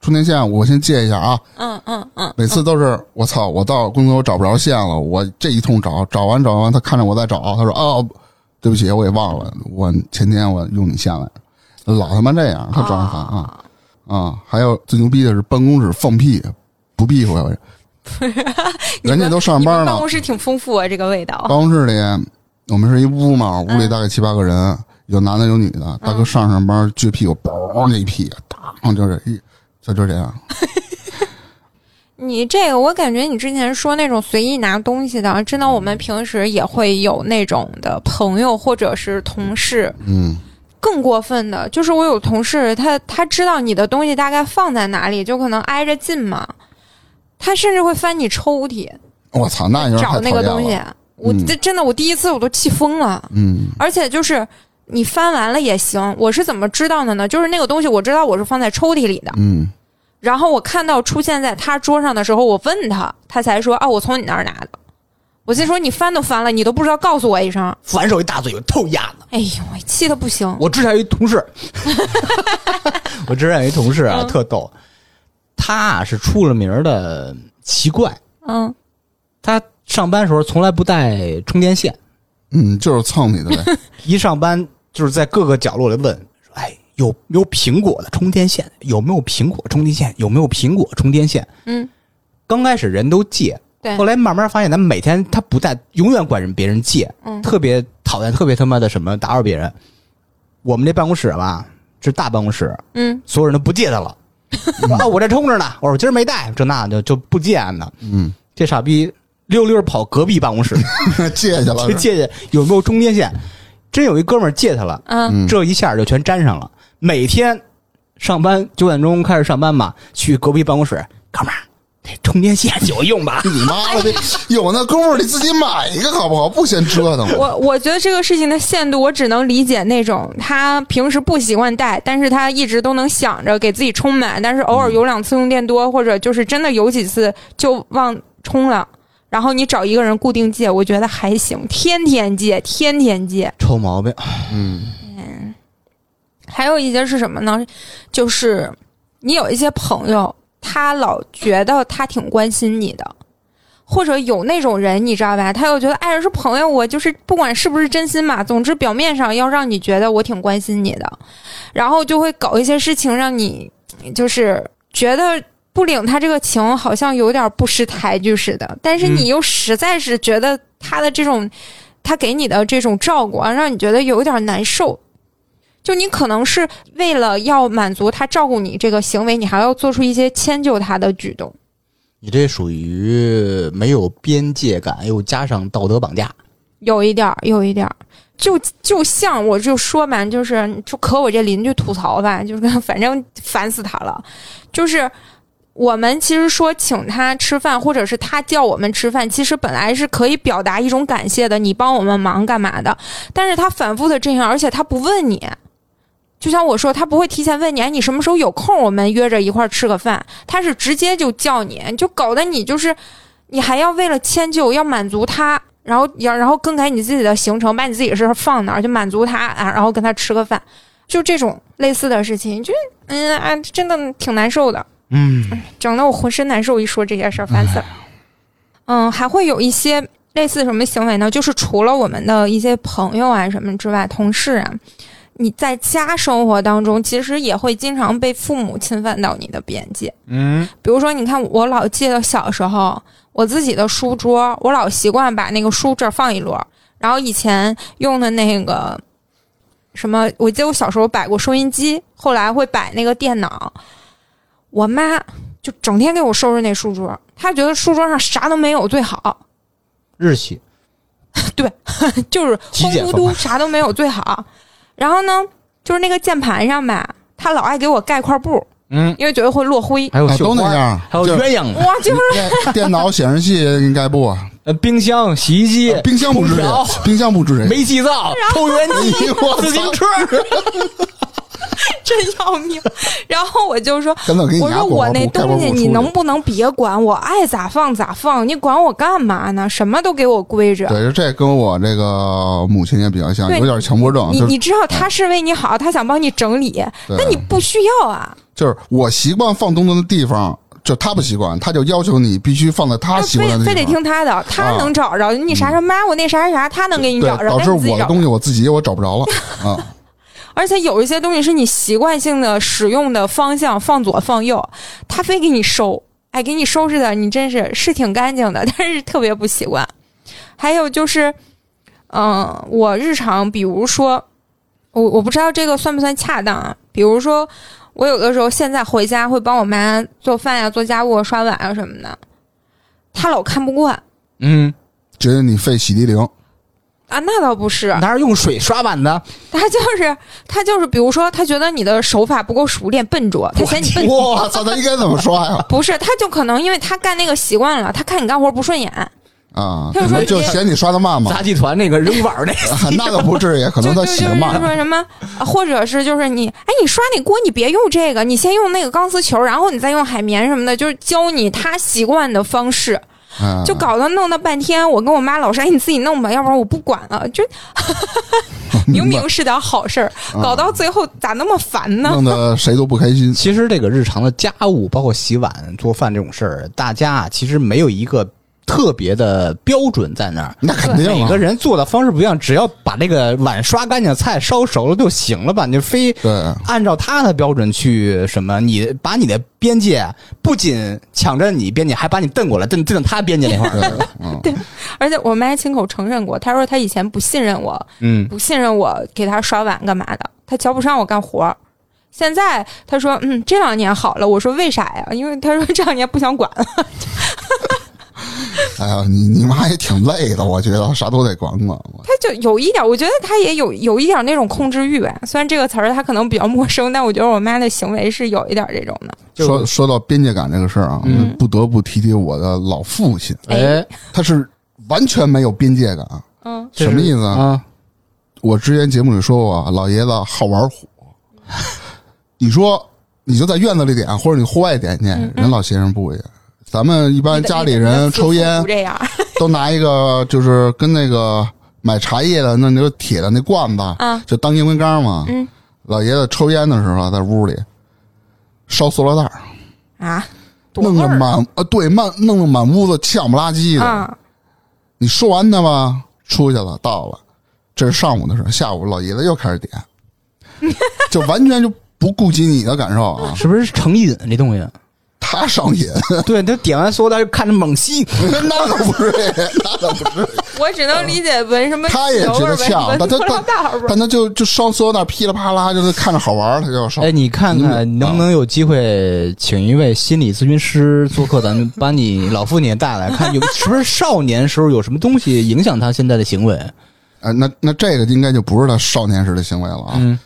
Speaker 1: 充电线我先借一下啊。
Speaker 2: 嗯嗯嗯，
Speaker 1: 每次都是我操，我到工作我找不着线了，我这一通找，找完找完，他看着我在找，他说哦，对不起，我给忘了，我前天我用你线来，老他妈这样，特招人烦啊
Speaker 2: 啊！
Speaker 1: 啊！还有最牛逼的是办公室放屁不避
Speaker 2: [laughs]
Speaker 1: 讳，
Speaker 2: 你
Speaker 1: 人家
Speaker 2: 们
Speaker 1: 都上班
Speaker 2: 你们
Speaker 1: 呢
Speaker 2: 办，公室挺丰富啊，这个味道。
Speaker 1: 办公室里，我们是一屋嘛，屋里大概七八个人，有男的有女的。大哥上上班撅屁股，嘣这一屁，当就是一，就就这样。
Speaker 2: 你这个，我感觉你之前说那种随意拿东西的，真的，我
Speaker 1: 嗯
Speaker 2: 们平时也会有那种的朋友或者是同事。
Speaker 1: 嗯，
Speaker 2: 更过分的就是，我有同事，他他知道你的东西大概放在哪里，就可能挨着近嘛，他甚至会翻你抽屉
Speaker 1: 我操，那有点
Speaker 2: 找
Speaker 1: 太
Speaker 2: 那
Speaker 1: 讨
Speaker 2: 个
Speaker 1: 厌
Speaker 2: 东西
Speaker 1: 了。。
Speaker 2: 我
Speaker 1: 嗯
Speaker 2: 这真的，我第一次我都气疯了。
Speaker 1: 嗯，
Speaker 2: 而且就是你翻完了也行，我是怎么知道的呢？就是那个东西我知道我是放在抽屉里的，
Speaker 1: 嗯，
Speaker 2: 然后我看到出现在他桌上的时候，我问他，他才说啊，我从你那儿拿的。我心说你翻都翻了，你都不知道告诉我一声，
Speaker 4: 反手一大嘴巴，臭丫子！
Speaker 2: 哎呦，我气的不行。
Speaker 4: 我之前有一同事， [laughs] 我之前有一同事啊，
Speaker 2: 嗯
Speaker 4: 特逗，他啊是出了名儿的奇怪，
Speaker 2: 嗯，
Speaker 4: 他上班时候从来不带充电线，
Speaker 1: 嗯，就是蹭你的呗。
Speaker 4: 一上班就是在各个角落里问，说哎，有没有苹果的充电线？有没有苹果充电线？有没有苹果充电线？
Speaker 2: 嗯，
Speaker 4: 刚开始人都借，
Speaker 2: 对
Speaker 4: 后来慢慢发现，他每天他不带，永远管人别人借，
Speaker 2: 嗯
Speaker 4: 特别讨厌，特别他妈的什么打扰别人。我们这办公室吧，是大办公室，
Speaker 2: 嗯，
Speaker 4: 所有人都不借
Speaker 2: [laughs]
Speaker 4: 他了。啊，我这充着呢，我说我今儿没带，这那就就不借呢。
Speaker 1: 嗯，
Speaker 4: 这傻逼溜溜跑隔壁办公室
Speaker 1: 借去了
Speaker 4: 去。借去，有没有中间线？真有一哥们儿借他了，
Speaker 1: 嗯，
Speaker 2: 嗯，
Speaker 4: 这一下就全粘上了。每天上班九点钟开始上班嘛，去隔壁办公室，哥们儿，这充电线有用吧？ [laughs]
Speaker 1: 你妈了，这有那功夫你自己买一个好不好？不嫌折腾。
Speaker 2: 我我觉得这个事情的限度，我只能理解那种他平时不习惯带，但是他一直都能想着给自己充满，但是偶尔有两次用电多，或者就是真的有几次就忘充了，然后你找一个人固定借，我觉得还行，天天借，天天借。
Speaker 4: 臭毛病，
Speaker 1: 嗯
Speaker 2: 还有一些是什么呢？就是你有一些朋友，他老觉得他挺关心你的，或者有那种人，你知道吧？他又觉得，哎，是朋友，我就是不管是不是真心嘛，总之表面上要让你觉得我挺关心你的，然后就会搞一些事情让你就是觉得。不领他这个情，好像有点不识抬举似的。但是你又实在是觉得他的这种，他给你的这种照顾啊，让你觉得有点难受。就你可能是为了要满足他照顾你这个行为，你还要做出一些迁就他的举动。
Speaker 4: 你这属于没有边界感，又加上道德绑架。
Speaker 2: 有一点儿，有一点儿，就就像我就说吧，就是就可我这邻居吐槽吧， [laughs] 就是反正烦死他了。就是我们其实说请他吃饭，或者是他叫我们吃饭，其实本来是可以表达一种感谢的，你帮我们忙干嘛的？但是他反复的这样，而且他不问你。就像我说，他不会提前问你，哎，你什么时候有空，我们约着一块儿吃个饭。他是直接就叫你，就搞得你就是，你还要为了迁就，要满足他，然后要然后更改你自己的行程，把你自己的事儿放哪儿，就满足他啊，然后跟他吃个饭，就这种类似的事情，就是嗯啊，真的挺难受的，
Speaker 4: 嗯，
Speaker 2: 整得我浑身难受。一说这些事儿，烦死了。嗯，还会有一些类似什么行为呢？就是除了我们的一些朋友啊什么之外，同事啊，你在家生活当中，其实也会经常被父母侵犯到你的边界。
Speaker 3: 嗯，
Speaker 2: 比如说，你看我老记得小时候我自己的书桌，我老习惯把那个书这儿放一摞，然后以前用的那个什么，我记得我小时候摆过收音机，后来会摆那个电脑。我妈就整天给我收拾那书桌，她觉得书桌上啥都没有最好， [laughs]
Speaker 3: 日系
Speaker 2: 就是
Speaker 4: 极
Speaker 2: 空
Speaker 4: 简
Speaker 2: 嘟
Speaker 4: 风
Speaker 2: 嘟啥都没有最好。然后呢，就是那个键盘上吧，她老爱给我盖块布，
Speaker 3: 嗯，
Speaker 2: 因为觉得会落灰。
Speaker 3: 还有
Speaker 1: 啊
Speaker 3: 绣
Speaker 1: 都那
Speaker 3: 花，
Speaker 1: 样，
Speaker 4: 还有
Speaker 1: 就是
Speaker 4: 鸳鸯，
Speaker 2: 哇，就是 [laughs]
Speaker 1: 电电脑显示器应该不啊，
Speaker 4: 呃，冰箱、洗衣机、
Speaker 1: 冰箱不
Speaker 4: 空
Speaker 1: 支
Speaker 4: 调
Speaker 1: 这，冰箱不支这。
Speaker 4: 煤气灶、抽油烟机
Speaker 1: 哎呦我、操
Speaker 4: 自行车，
Speaker 2: 真要命。 [laughs] 然后我就说，
Speaker 1: 根本给你
Speaker 2: 我
Speaker 1: 拿
Speaker 2: 说
Speaker 1: 裹
Speaker 2: 我
Speaker 1: 包
Speaker 2: 那
Speaker 1: 布
Speaker 2: 东西你能
Speaker 1: 盖包布出去
Speaker 2: 不能别管我，爱咋放咋放，你管我干嘛呢？什么都给我归着。
Speaker 1: 对，就这跟我这个母亲也比较像，
Speaker 2: 对
Speaker 1: 有点强迫症，啊就
Speaker 2: 你
Speaker 1: 是哎
Speaker 2: 你知道他是为你好，他想帮你整理，
Speaker 1: 对
Speaker 2: 但你不需要啊。
Speaker 1: 就是我习惯放东西的地方，就他不习惯，他就要求你必须放在他
Speaker 2: 他
Speaker 1: 习惯的地方，啊
Speaker 2: 非非得听他的，他能找着你啥啥妈，我那啥啥啥，他能给你
Speaker 1: 嗯对
Speaker 2: 找，着，
Speaker 1: 导
Speaker 2: 但
Speaker 1: 致
Speaker 2: 你自己
Speaker 1: 我的
Speaker 2: 找
Speaker 1: 东
Speaker 2: 不着
Speaker 1: 西我自己我找不着了
Speaker 2: [laughs]
Speaker 1: 啊。
Speaker 2: 而且有一些东西是你习惯性的使用的方向，放左放右，他非给你收，哎，给你收拾的你真是是挺干净的， [laughs] 但是特别不习惯。还有就是，嗯、我日常比如说，我我不知道这个算不算恰当啊？比如说，我有的时候现在回家会帮我妈做饭呀、做家务、刷碗啊什么的，她老看不惯
Speaker 4: 嗯，
Speaker 1: 觉得你费洗涤
Speaker 2: [laughs]
Speaker 1: 灵，
Speaker 2: 啊，那倒不是，
Speaker 4: 哪有用水刷碗的？
Speaker 2: 她就是她就是，比如说，她觉得你的手法不够熟练、笨拙，她嫌你笨拙。
Speaker 1: 我操，他应该怎么刷
Speaker 2: [laughs]
Speaker 1: 呀？
Speaker 2: 不是，他就可能因为他干那个习惯了，他看你干活不顺眼，
Speaker 1: 啊，可
Speaker 2: 他就说
Speaker 1: 能就
Speaker 2: 你
Speaker 1: 嫌你刷的慢嘛，
Speaker 4: 杂技团那个扔碗儿那个，
Speaker 1: 啊 [laughs] 那倒不至于，可
Speaker 2: 就
Speaker 1: 能
Speaker 2: 就
Speaker 1: 他
Speaker 2: [laughs] 就
Speaker 1: 洗
Speaker 2: 是
Speaker 1: 的慢。
Speaker 2: 说什么，啊或者是就是你，哎，你刷那锅你别用这个，你先用那个钢丝球，然后你再用海绵什么的，就是教你他习惯的方式，
Speaker 1: 嗯，
Speaker 2: 就搞得弄到半天。我跟我妈老说，哎，你自己弄吧，要不然我不管了。就 [laughs] 明
Speaker 1: 明白
Speaker 2: 明是点好事儿，
Speaker 1: 嗯
Speaker 2: 搞到最后咋那么烦呢？
Speaker 1: 弄得谁都不开
Speaker 2: [laughs]
Speaker 1: 心。
Speaker 4: 其实这个日常的家务，包括洗碗、做饭这种事儿，大家啊其实没有一个特别的标准在那儿。
Speaker 1: 那肯定
Speaker 4: 每
Speaker 1: 啊
Speaker 4: 个，人做的方式不一样，只要把这个碗刷干净、菜烧熟了就行了吧？你非
Speaker 1: 对，
Speaker 4: 按照他的标准去什么？你把你的边界不仅抢着你边界，还把你瞪过来，瞪瞪到他边界那块儿。
Speaker 2: 而且我妈还亲口承认过，她说她以前不信任我，
Speaker 4: 嗯，
Speaker 2: 不信任我给他刷碗干嘛的，他瞧不上我干活儿。现在他说，嗯，这两年好了。我说为啥呀？因为他说这两年不想管了。
Speaker 1: 哎呀，你你妈也挺累的，我觉得啥都得管管。
Speaker 2: 他就有一点，我觉得他也有有一点那种控制欲吧。虽然这个词儿他可能比较陌生，但我觉得我妈的行为是有一点这种的。
Speaker 4: 就
Speaker 1: 说说到边界感这个事儿啊，
Speaker 4: 嗯
Speaker 1: 不得不提提我的老父亲，
Speaker 4: [laughs]
Speaker 2: 哎，
Speaker 1: 他是完全没有边界感。啊
Speaker 2: 嗯，
Speaker 1: 什么意思啊？
Speaker 4: 啊？
Speaker 1: 我之前节目里说过啊，老爷子好玩火。你说你就在院子里点，或者你户外点去，
Speaker 2: 嗯嗯
Speaker 1: 人老先生不一样。咱们一般啊家里人抽烟
Speaker 2: 不这样
Speaker 1: 都拿一个，就是跟那个买茶叶的那那个铁的那罐子，
Speaker 2: 啊。
Speaker 1: 就当烟灰缸嘛。
Speaker 2: 嗯
Speaker 1: 老爷子抽烟的时候，在屋里烧塑料袋儿，
Speaker 2: 啊，多
Speaker 1: 弄
Speaker 2: 味
Speaker 1: 得
Speaker 2: 儿
Speaker 1: 满呃对满弄得满屋子呛不拉几的。
Speaker 2: 啊！
Speaker 1: 你说完他吧，出去了，到了，这是上午的事儿，下午老爷子又开始点，就完全就不顾及你的感受啊，
Speaker 4: 是不是成瘾
Speaker 1: [laughs]
Speaker 4: 这东西？
Speaker 1: 他上瘾，
Speaker 4: 对，他点完所有的就看着猛吸，
Speaker 1: 那倒不是，那倒不是，
Speaker 2: 嗯我只能理解闻什么
Speaker 1: 他也
Speaker 2: 油味
Speaker 1: 觉得
Speaker 2: 儿，闻
Speaker 1: 呛
Speaker 2: 闻
Speaker 1: 但他
Speaker 2: 塑料袋儿味儿
Speaker 1: 但他就就烧所有那噼里啪啦，就是看着好玩儿，他就烧。
Speaker 4: 哎，你看看
Speaker 1: 嗯
Speaker 4: 能不能有机会请一位心理咨询师做客，咱们把你老父亲也带来，看有是不是少年时候有什么东西影响他现在的行为？
Speaker 1: 哎，那那这个应该就不是他少年时的行为了啊，
Speaker 4: 嗯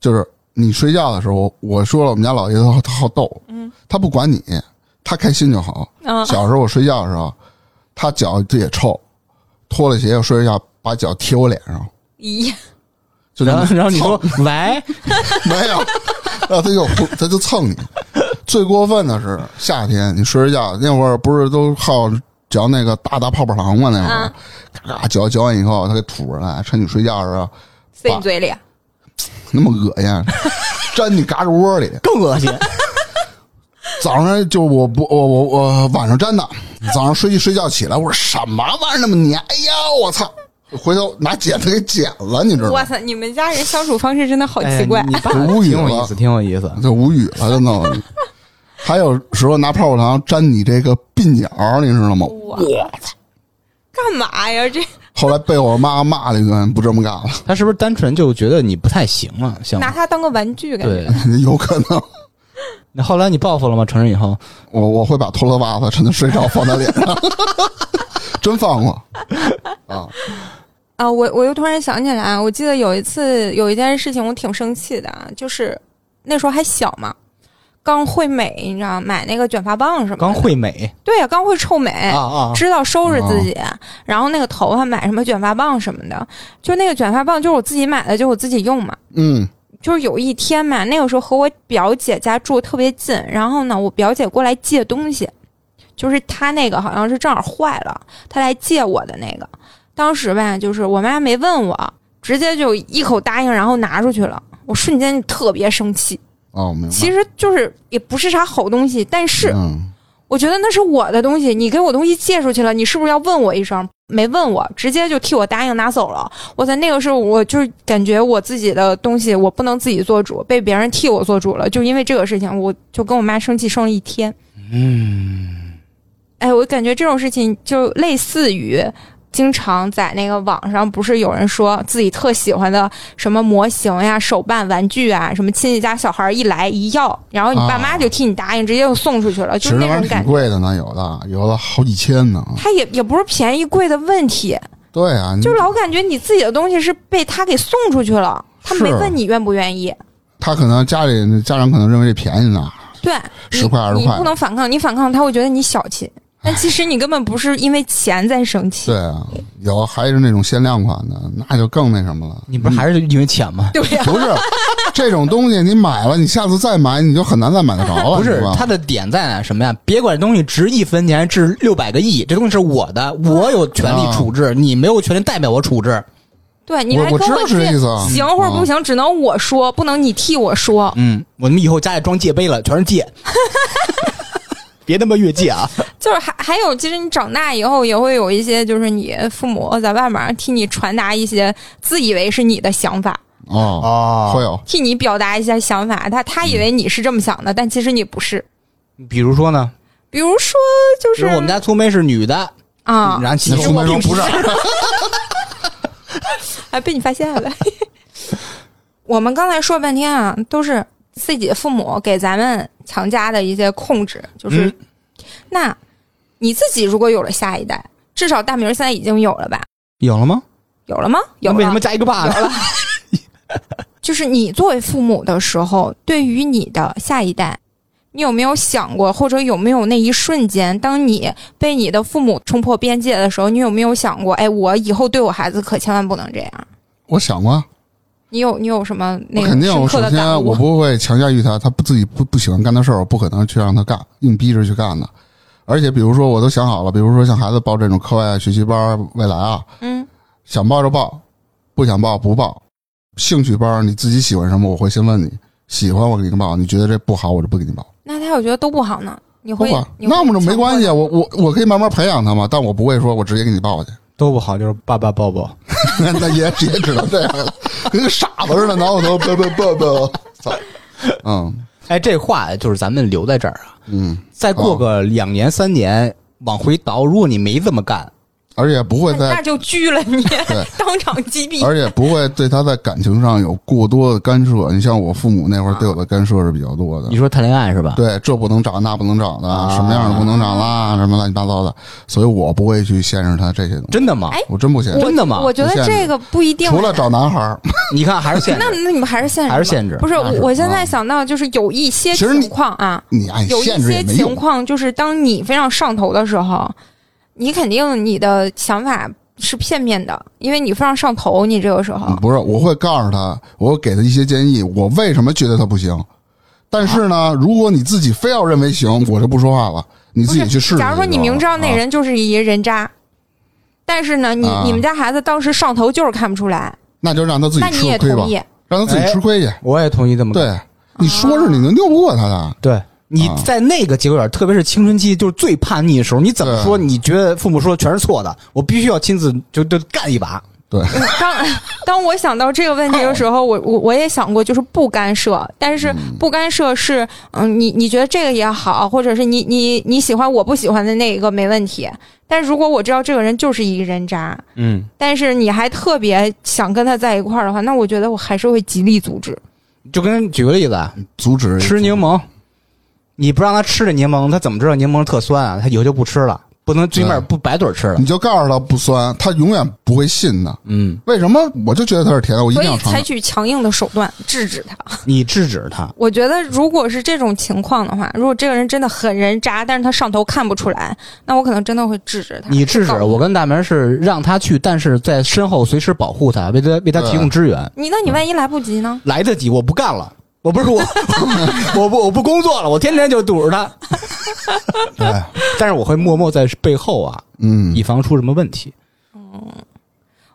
Speaker 1: 就是你睡觉的时候，我说了，我们家老爷子好好逗，
Speaker 2: 嗯，
Speaker 1: 他不管你，他开心就好。 [laughs]
Speaker 2: 嗯，
Speaker 1: 小时候我睡觉的时候，他脚这也臭，脱了鞋我睡着觉把脚贴我脸上，
Speaker 2: 咦，
Speaker 1: 就
Speaker 4: 然
Speaker 1: 那
Speaker 4: 后
Speaker 1: 么
Speaker 4: 然后你说喂，
Speaker 2: [laughs]
Speaker 1: 没有，然后他就他就蹭你。最过分的是夏天，你睡着觉那会儿不是都好嚼那个大大泡泡糖吗？那会儿
Speaker 2: 啊，
Speaker 1: 嘎嘎嚼嚼完以后，他给吐出来，趁你睡觉的时候
Speaker 2: 塞你嘴里，啊
Speaker 1: 那么
Speaker 2: [laughs]
Speaker 1: 恶心，粘你嘎吱窝里。
Speaker 4: [laughs] 更恶心。
Speaker 1: 早上就我不我我我晚上粘的，早上睡一睡觉起来，我说什么玩意儿那么粘？哎呀，我操！回头拿剪子给剪了，你知
Speaker 4: 嗯
Speaker 1: 道吗
Speaker 2: 哇？塞，你们家人相处方式真的好
Speaker 3: 哎呀
Speaker 2: 奇怪。
Speaker 3: 你你
Speaker 4: [laughs]
Speaker 3: 爸
Speaker 1: 挺无语
Speaker 3: 挺有
Speaker 1: 了
Speaker 3: 意思，挺有意思。
Speaker 1: 就无语了，真的。还有时候拿泡泡糖粘你这个鬓角，你知道吗？
Speaker 2: 我操， [laughs] 干嘛呀？这
Speaker 1: 后来被我妈骂了一顿，不这么干了， [laughs]
Speaker 4: 他是不是单纯就觉得你不太行啊了？想
Speaker 2: 拿它当个玩具感觉。 [laughs]
Speaker 4: 对，
Speaker 1: 有可能
Speaker 4: 那后来你报复了吗？成人以后，
Speaker 1: 我我会把脱了袜子趁他睡着放他脸上， [laughs] 真放过啊！
Speaker 2: 啊、我我又突然想起来，啊我记得有一次有一件事情我挺生气的啊，就是那时候还小嘛，刚会美，你知道，买那个卷发棒什么的，
Speaker 4: 刚会美
Speaker 2: 对呀，刚会臭美，
Speaker 4: 啊啊，
Speaker 2: 知道收拾自己，然后那个头发买什么卷发棒什么的，就那个卷发棒就是我自己买的，就我自己用嘛。
Speaker 1: 嗯，
Speaker 2: 就是有一天嘛，那个时候和我表姐家住得特别近，然后呢，我表姐过来借东西，就是她那个好像是正好坏了，她来借我的那个。当时吧，就是我妈没问我，直接就一口答应，然后拿出去了。我瞬间特别生气，
Speaker 1: 哦，我明白。
Speaker 2: 其实就是也不是啥好东西，但是
Speaker 1: 嗯，
Speaker 2: 我觉得那是我的东西，你给我东西借出去了，你是不是要问我一声？没问我，直接就替我答应拿走了。我在那个时候，我就是感觉我自己的东西我不能自己做主，被别人替我做主了。就因为这个事情，我就跟我妈生气生了一天。
Speaker 4: 嗯，
Speaker 2: 哎，我感觉这种事情就类似于。经常在那个网上，不是有人说自己特喜欢的什么模型呀、手办、玩具啊，什么亲戚家小孩一来一要，然后你爸妈就替你答应，直接就送出去了，
Speaker 1: 其
Speaker 2: 就是
Speaker 1: 实那
Speaker 2: 那
Speaker 1: 玩意儿
Speaker 2: 种感
Speaker 1: 挺
Speaker 2: 觉。
Speaker 1: 贵的呢，有的有的好几千呢。
Speaker 2: 它也也不是便宜贵的问题，
Speaker 1: 对啊，你
Speaker 2: 就老感觉你自己的东西是被他给送出去了，他没
Speaker 1: 是
Speaker 2: 问你愿不愿意。
Speaker 1: 他可能家里家长可能认为这便宜呢，
Speaker 2: 对，
Speaker 1: 10块20
Speaker 2: 你你
Speaker 1: 块
Speaker 2: 不能反抗，你反抗他会觉得你小气。但其实你根本不是因为钱在生气
Speaker 1: 对，啊，有还是那种限量款的，那就更那什么了。
Speaker 4: 你不是还是因为钱吗？
Speaker 2: [laughs] 对啊呀、
Speaker 1: 不是这种东西，你买了，你下次再买，你就很难再买得着了。
Speaker 4: 不是
Speaker 1: 哦你知道吧
Speaker 4: 他的点在哪？什么呀？别管这东西值一分钱，值六百个亿，这东西是我的，我有权利处置，你没有权利代表我处置。
Speaker 2: 对你
Speaker 1: 我
Speaker 2: 来
Speaker 1: 我
Speaker 2: 跟
Speaker 1: 知道是这
Speaker 2: 借
Speaker 1: 意思啊
Speaker 2: 行或者不行，只能我说，不能你替我说。
Speaker 4: 嗯，我们以后家里装界碑了，全是界， [laughs] 别他妈越界啊！
Speaker 2: 就是还还有，其实你长大以后也会有一些，就是你父母在外面替你传达一些自以为是你的想法，
Speaker 1: 哦，
Speaker 3: 啊
Speaker 1: 会，有
Speaker 2: 替你表达一些想法。他他
Speaker 1: 嗯
Speaker 2: 以为你是这么想的，但其实你不是。
Speaker 4: 比如说呢，
Speaker 2: 比如说，就
Speaker 4: 比
Speaker 2: 是
Speaker 4: 如我们家粗眉是女的，
Speaker 2: 啊，
Speaker 4: 然后其实
Speaker 1: 粗眉
Speaker 4: 我
Speaker 1: 说
Speaker 4: 并
Speaker 1: 不是
Speaker 2: [laughs] 哎，被你发现了。 [laughs] 我们刚才说半天啊，都是自己父母给咱们强加的一些控制，就是、
Speaker 4: 嗯
Speaker 2: 那你自己如果有了下一代，至少大明儿现在已经有了吧？
Speaker 4: 有了吗？
Speaker 2: 有了吗？有了。
Speaker 4: 那为什么加一个爸呢？
Speaker 2: 就是你作为父母的时候，对于你的下一代，你有没有想过，或者有没有那一瞬间，当你被你的父母冲破边界的时候，你有没有想过，哎，我以后对我孩子可千万不能这样？
Speaker 1: 我想过啊，
Speaker 2: 你有你有什么那
Speaker 1: 我
Speaker 2: 个
Speaker 1: 肯定
Speaker 2: 深
Speaker 1: 我
Speaker 2: 刻
Speaker 1: 首
Speaker 2: 的感
Speaker 1: 先
Speaker 2: 悟？
Speaker 1: 我不会强加于他，他不自己不不喜欢干的事儿，我不可能去让他干，硬逼着去干的。而且比如说我都想好了，比如说像孩子报这种课外学习班儿，未来啊，
Speaker 2: 嗯，
Speaker 1: 想报就报，不想报不报。兴趣班儿你自己喜欢什么，我会先问你，喜欢我给你报，你觉得这不好我就不给你报。
Speaker 2: 那他要觉得都不好呢，你
Speaker 1: 不
Speaker 2: 会
Speaker 1: 管，
Speaker 2: 你会
Speaker 1: 那么就没关系，啊
Speaker 2: 强
Speaker 1: 我我我可以慢慢培养他嘛，但我不会说我直接给你报去， [laughs]
Speaker 3: 都不好，就是爸爸抱抱。
Speaker 1: 那也也只能这样了，跟个傻子似的，挠我头，不不不不，操，嗯
Speaker 4: 哎，这话就是咱们留在这儿啊，
Speaker 1: 嗯，
Speaker 4: 再过个两年三年往回倒，如果你没这么干，
Speaker 1: 而且不会
Speaker 2: 迫症那
Speaker 1: 在，
Speaker 2: 就拘了
Speaker 1: [laughs]
Speaker 2: 你
Speaker 1: 对，
Speaker 2: 当场击毙。
Speaker 1: 而且不会对他在感情上有过多的干涉。你像我父母那会儿
Speaker 2: 啊
Speaker 1: 对我的干涉是比较多的
Speaker 4: 你，说谈恋爱是吧？
Speaker 1: 嗯对这不能找那不能找的，
Speaker 4: 啊
Speaker 1: 什么样的不能找
Speaker 2: 啊
Speaker 1: 啦，什么乱七八糟的，所以我不会去限制他这些东西，
Speaker 4: 真的吗？
Speaker 2: 哎
Speaker 1: 我真不限制，
Speaker 4: 真的吗
Speaker 2: 我觉得这个不一定。哎
Speaker 1: 除了找男孩儿， [laughs]
Speaker 4: 你看还是限制
Speaker 2: 那那你们还是限制吧，
Speaker 4: 还是限制
Speaker 2: 不是，
Speaker 4: 那
Speaker 2: 我
Speaker 4: 是
Speaker 2: 我现在想到就是有一些
Speaker 1: 啊其实你
Speaker 2: 情况啊，
Speaker 1: 你爱
Speaker 2: 有一
Speaker 1: 限制也
Speaker 2: 些
Speaker 1: 没用
Speaker 2: 情。况就是当你非常上头的时候，你肯定你的想法是片面的，因为你非常上头，你这个时候
Speaker 1: 嗯，不是，我会告诉他，我给他一些建议，我为什么觉得他不行。但是
Speaker 2: 啊
Speaker 1: 呢，如果你自己非要认为行，我就不说话了，你自己去试试就行了。
Speaker 2: 假如说你明知道那
Speaker 1: 啊
Speaker 2: 人就是一人渣，但是呢，你、
Speaker 1: 啊
Speaker 2: 你们家孩子当时上头就是看不出来，
Speaker 1: 那就让他自己
Speaker 2: 那你
Speaker 1: 吃
Speaker 2: 也
Speaker 1: 亏吧
Speaker 2: 同，意？
Speaker 1: 让他自己吃亏去。
Speaker 3: 我也同意这么干
Speaker 1: 对，你
Speaker 2: 哦
Speaker 1: 说是你能拗不过他的，
Speaker 3: 对，
Speaker 4: 你在那个节骨眼儿，特别是青春期，就是最叛逆的时候，你怎么说？
Speaker 3: 嗯
Speaker 1: 对
Speaker 4: 你觉得父母说的全是错的，我必须要亲自就就干一把。
Speaker 1: 对，
Speaker 2: 当当我想到这个问题的时候，我我我也想过，就是不干涉，但是不干涉是，嗯，你你觉得这个也好，或者是你你你喜欢我不喜欢的那一个没问题，但如果我知道这个人就是一人渣，
Speaker 3: 嗯，
Speaker 2: 但是你还特别想跟他在一块儿的话，那我觉得我还是会极力阻止。
Speaker 4: 就跟举个例子啊，
Speaker 1: 阻止
Speaker 4: 吃柠檬，你不让他吃这柠檬，他怎么知道柠檬特酸啊？他以后就不吃了，不能对面
Speaker 1: 对
Speaker 4: 不白嘴吃
Speaker 3: 嗯
Speaker 4: 了
Speaker 1: 你。就告诉他不酸，他永远不会信的。
Speaker 4: 嗯，
Speaker 1: 为什么我就觉得它是甜的？我一
Speaker 2: 所
Speaker 1: 定要
Speaker 2: 以
Speaker 1: 尝
Speaker 2: 采
Speaker 1: 尝。
Speaker 2: 取强硬的手段制止他。
Speaker 4: 你制止他，
Speaker 2: 我觉得如果是这种情况的话，如果这个人真的很人渣，但是他上头看不出来，那我可能真的会制止他。
Speaker 4: 你制止
Speaker 2: 告诉他
Speaker 4: 我跟大明是让他去，但是在身后随时保护他，为他为他
Speaker 3: 嗯
Speaker 4: 提供支援。
Speaker 2: 你那你万一来不及呢？
Speaker 4: 来得及，我不干了。我不是我， [laughs] 我不我不工作了，我天天就堵着他，哎
Speaker 1: 对，
Speaker 4: 但是我会默默在背后啊，
Speaker 1: 嗯
Speaker 4: 以，防出什么问题。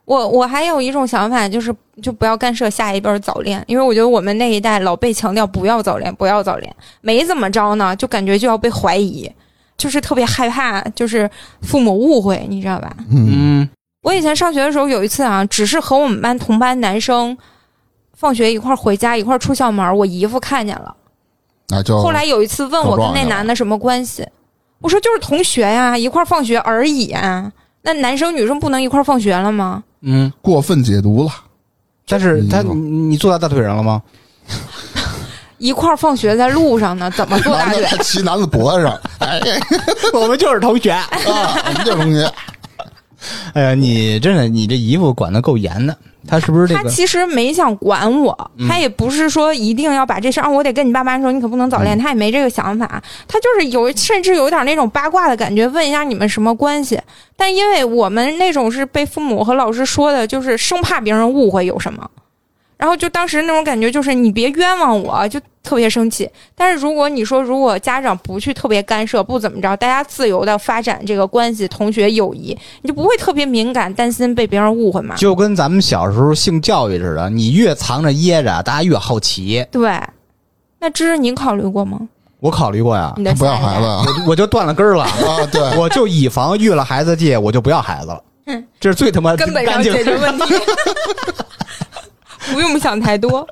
Speaker 2: 我我还有一种想法，就是就不要干涉下一辈儿早恋，因为我觉得我们那一代老被强调不要早恋，不要早恋，没怎么着呢，就感觉就要被怀疑，就是特别害怕，就是父母误会，你知道吧？
Speaker 1: 嗯
Speaker 4: 嗯，
Speaker 2: 我以前上学的时候有一次啊，只是和我们班同班男生放学一块儿回家，一块儿出校门儿，我姨夫看见了。
Speaker 1: 那就
Speaker 2: 后来有一次问我跟那男的什么关系，我说就是同学呀、一块儿放学而已啊。那男生女生不能一块儿放学了吗？
Speaker 4: 嗯，
Speaker 1: 过分解读了。
Speaker 4: 但是他，
Speaker 1: 嗯
Speaker 4: 你你坐他大腿上了 [laughs] 吗？
Speaker 2: 一块儿放学在路上呢，怎么坐大
Speaker 1: 男
Speaker 2: 腿
Speaker 1: 的？骑男的脖子
Speaker 2: [laughs]
Speaker 1: 上，哎
Speaker 4: 我们就是同学。
Speaker 1: 啊，我们这同学，
Speaker 4: 哎呀，你真的，你这姨夫管的够严的。他是不是这
Speaker 2: 他
Speaker 4: 个？嗯
Speaker 2: 其实没想管我，他也不是说一定要把这事儿、啊，我得跟你爸妈说，你可不能早
Speaker 4: 嗯
Speaker 2: 恋。他也没这个想法，他就是有，甚至有点那种八卦的感觉，问一下你们什么关系。但因为我们那种是被父母和老师说的，就是生怕别人误会有什么，然后就当时那种感觉就是你别冤枉我，就特别生气。但是如果你说如果家长不去特别干涉，不怎么着，大家自由的发展这个关系，同学友谊，你就不会特别敏感，担心被别人误会嘛。
Speaker 4: 就跟咱们小时候性教育似的，你越藏着掖着，大家越好奇。
Speaker 2: 对，那芝芝，你考虑过吗？
Speaker 4: 我考虑过呀，
Speaker 2: 你的
Speaker 1: 不要
Speaker 2: 下一代
Speaker 1: 孩子啊
Speaker 4: 我就我就断了
Speaker 2: [laughs]
Speaker 4: 根儿了，
Speaker 1: 啊！对，
Speaker 4: 我就以防遇了孩子界，我就不要孩子了。
Speaker 2: 嗯，
Speaker 4: 这是最他
Speaker 2: [laughs]
Speaker 4: 妈
Speaker 2: 根本
Speaker 4: 干
Speaker 2: 上
Speaker 4: 净的
Speaker 2: 解决问题， [laughs] 不用想太多。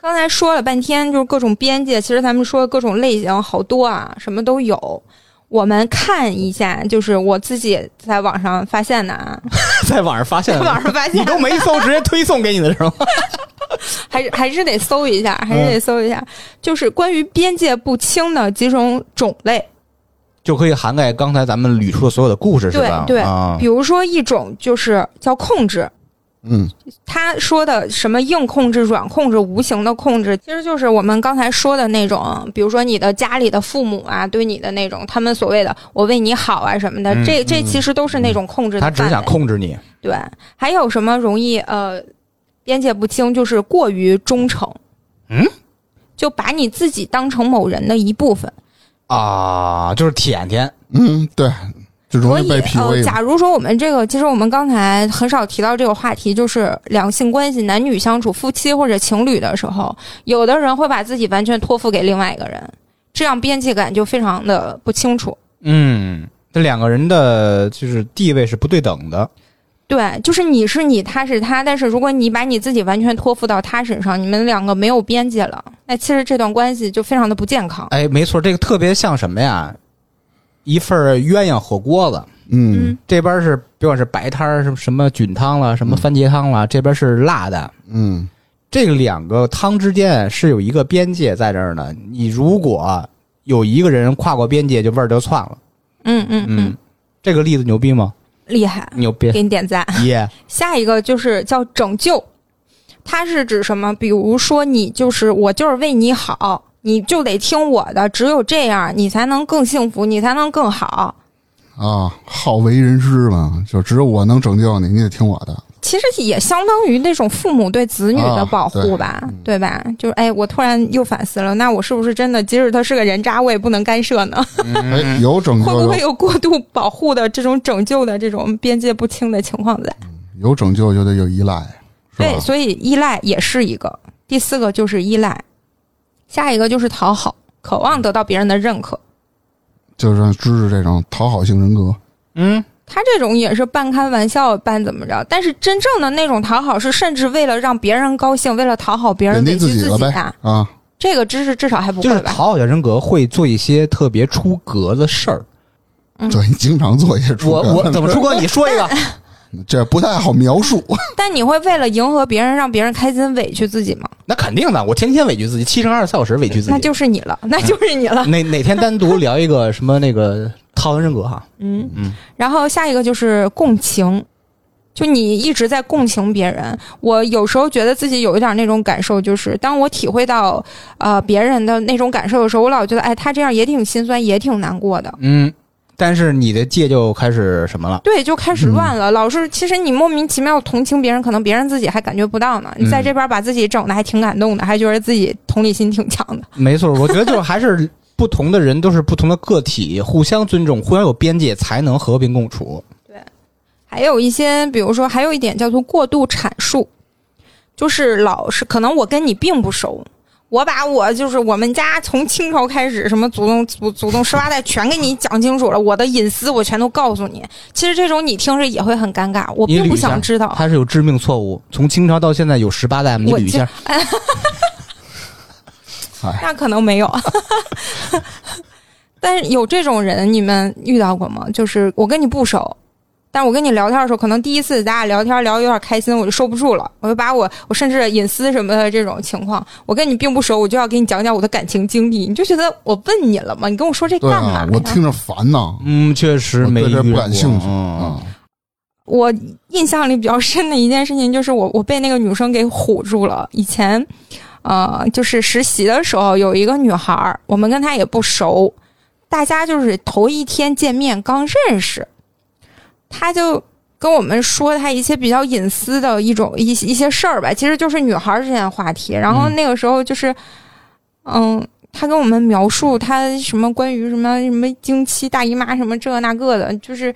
Speaker 2: 刚才说了半天，就是各种边界，其实咱们说的各种类型好多啊，什么都有。我们看一下，就是我自己在网上发现的啊，
Speaker 4: 在网上发 [laughs] 现
Speaker 2: 在
Speaker 4: 了，
Speaker 2: 网上发
Speaker 4: 你
Speaker 2: 现
Speaker 4: 都没搜，直接推送给你的时候，
Speaker 2: 还是还是得搜一下，还是
Speaker 4: 嗯
Speaker 2: 得搜一下，就是关于边界不清的几种种类。
Speaker 4: [laughs] 就可以涵盖刚才咱们捋出的所有的故事，是
Speaker 2: 对
Speaker 4: 吧？
Speaker 2: 对
Speaker 4: 啊，
Speaker 2: 比如说一种就是叫控制，
Speaker 1: 嗯，
Speaker 2: 他说的什么硬控制、软控制、无形的控制，其实就是我们刚才说的那种，比如说你的家里的父母啊，对你的那种，他们所谓的“我为你好”啊什么的，
Speaker 4: 嗯
Speaker 2: 这这其实都是那种控制的
Speaker 4: 他
Speaker 2: 范围。
Speaker 4: 只想控制你。
Speaker 2: 对，还有什么容易呃边界不清，就是过于忠诚，
Speaker 4: 嗯，
Speaker 2: 就把你自己当成某人的一部分。
Speaker 4: 啊，就是舔舔，
Speaker 1: 嗯，对，就容
Speaker 2: 所
Speaker 1: 易
Speaker 2: 以
Speaker 1: 被
Speaker 2: 呃，
Speaker 1: PUA 嘛。
Speaker 2: 假如说我们这个，其实我们刚才很少提到这个话题，就是两性关系、男女相处、夫妻或者情侣的时候，有的人会把自己完全托付给另外一个人，这样边界感就非常的不清楚。
Speaker 4: 嗯，这两个人的就是地位是不对等的，
Speaker 2: 对，就是你是你，他是他，但是如果你把你自己完全托付到他身上，你们两个没有边界了，那其实这段关系就非常的不健康。
Speaker 4: 哎，没错，这个特别像什么呀？一份儿鸳鸯火锅子，
Speaker 1: 嗯
Speaker 4: 这边是别管是白汤儿什么什么菌汤了，什么番茄汤了，这边是辣的。
Speaker 1: 嗯，
Speaker 4: 这两个汤之间是有一个边界在这儿呢。你如果有一个人跨过边界，就味儿就窜了。
Speaker 2: 嗯嗯嗯，，
Speaker 4: 这个例子牛逼吗？
Speaker 2: 厉害，
Speaker 1: 嗯
Speaker 4: 牛逼！
Speaker 2: 给你点赞。
Speaker 3: [laughs]
Speaker 4: 耶，
Speaker 2: 下一个就是叫拯救，它是指什么？比如说，你就是我，就是为你好，你就得听我的，只有这样，你才能更幸福，你才能更好。
Speaker 1: 啊，好为人师嘛，就只有我能拯救你，你得听我的。
Speaker 2: 其实也相当于那种父母对子女的保护吧，
Speaker 3: 啊
Speaker 2: 对吧？就是哎，我突然又反思了，那我是不是真的，即使他是个人渣，我也不能干涉呢？
Speaker 4: 嗯
Speaker 1: 哎，有拯
Speaker 2: 会
Speaker 1: 救
Speaker 2: 不会
Speaker 1: 有
Speaker 2: 有过度保护的这种拯救的这种边界不清的情况在？
Speaker 1: 有拯救就得有依赖，是
Speaker 2: 对，
Speaker 1: 吧？
Speaker 2: 所以依赖也是一个。第四个就是依赖，下一个就是讨好，渴望得到别人的认可。
Speaker 1: 就是知识这种讨好型人格，
Speaker 3: 嗯，
Speaker 2: 他这种也是半开玩笑半怎么着，但是真正的那种讨好是，甚至为了让别人高兴，为了讨好别人
Speaker 1: 贬
Speaker 2: 委
Speaker 1: 低
Speaker 2: 屈
Speaker 1: 己
Speaker 2: 自
Speaker 1: 了
Speaker 2: 己
Speaker 1: 呗
Speaker 2: 啊，
Speaker 1: 啊！
Speaker 2: 这个知识至少还不
Speaker 3: 就
Speaker 2: 会
Speaker 3: 是
Speaker 2: 吧？
Speaker 3: 讨好型人格会做一些特别出格的事儿。
Speaker 2: 嗯
Speaker 1: 对，你经常做一些出
Speaker 3: 我
Speaker 1: 格
Speaker 3: 我怎么出格？你说一个。
Speaker 1: 这不太好描述。
Speaker 2: 但你会为了迎合别人让别人开心委屈自己吗？
Speaker 4: [laughs] 那肯定的，我天天委屈自己，七乘二十四小时委屈自己。
Speaker 2: 那就是你了，那就是你了。
Speaker 4: 哪哪天单独聊一个什么那个讨好人格
Speaker 3: [laughs]
Speaker 4: 哈？
Speaker 2: 嗯
Speaker 4: 嗯，
Speaker 2: 然后下一个就是共情，就你一直在共情别人。我有时候觉得自己有一点那种感受，就是当我体会到呃别人的那种感受的时候，我老觉得哎，他这样也挺心酸，也挺难过的。
Speaker 4: 嗯，但是你的界就开始什么了？
Speaker 2: 对，就开始乱
Speaker 4: 嗯
Speaker 2: 了。老是，其实你莫名其妙同情别人，可能别人自己还感觉不到呢。你在
Speaker 4: 嗯
Speaker 2: 这边把自己整的还挺感动的，还觉得自己同理心挺强的。
Speaker 4: [laughs] 没错，我觉得就是还是不同的人都是不同的个体，互相尊重，互相有边界，才能和平共处。
Speaker 2: 还有一些，比如说，还有一点叫做过度阐述，就是老是可能我跟你并不熟，我把我就是我们家从清朝开始什么祖宗祖祖宗十八代全给你讲清楚了，我的隐私我全都告诉你。其实这种你听着也会很尴尬，我
Speaker 4: 你捋
Speaker 2: 并不
Speaker 4: 一下
Speaker 2: 想知道。
Speaker 4: 他是有致命错误，从清朝到现在有十八代嘛，你
Speaker 2: 我
Speaker 4: 捋一下。
Speaker 2: 那可能没有， [laughs] 但是有这种人，你们遇到过吗？就是我跟你不熟，但我跟你聊天的时候，可能第一次咱俩聊天聊得有点开心，我就受不住了，我就把我我甚至隐私什么的这种情况，我跟你并不熟，我就要给你讲讲我的感情经历，你就觉得我问你了吗？你跟我说这
Speaker 1: 对
Speaker 2: 干嘛
Speaker 1: 啊
Speaker 2: 呀？，
Speaker 1: 我听着烦呐。
Speaker 4: 嗯，确实
Speaker 1: 我
Speaker 4: 没
Speaker 1: 对这
Speaker 4: 遇
Speaker 1: 不感
Speaker 4: 过
Speaker 1: 兴趣
Speaker 4: 嗯
Speaker 1: 啊，
Speaker 2: 我印象里比较深的一件事情就是我 [laughs] 我被那个女生给唬住了。以前，呃，就是实习的时候有一个女孩儿，我们跟她也不熟，大家就是头一天见面刚认识，她就跟我们说她一些比较隐私的一种一一些事儿吧，其实就是女孩儿之间的话题。然后那个时候就是，嗯。她跟我们描述她什么关于什么什么经期大姨妈什么这那个的，就是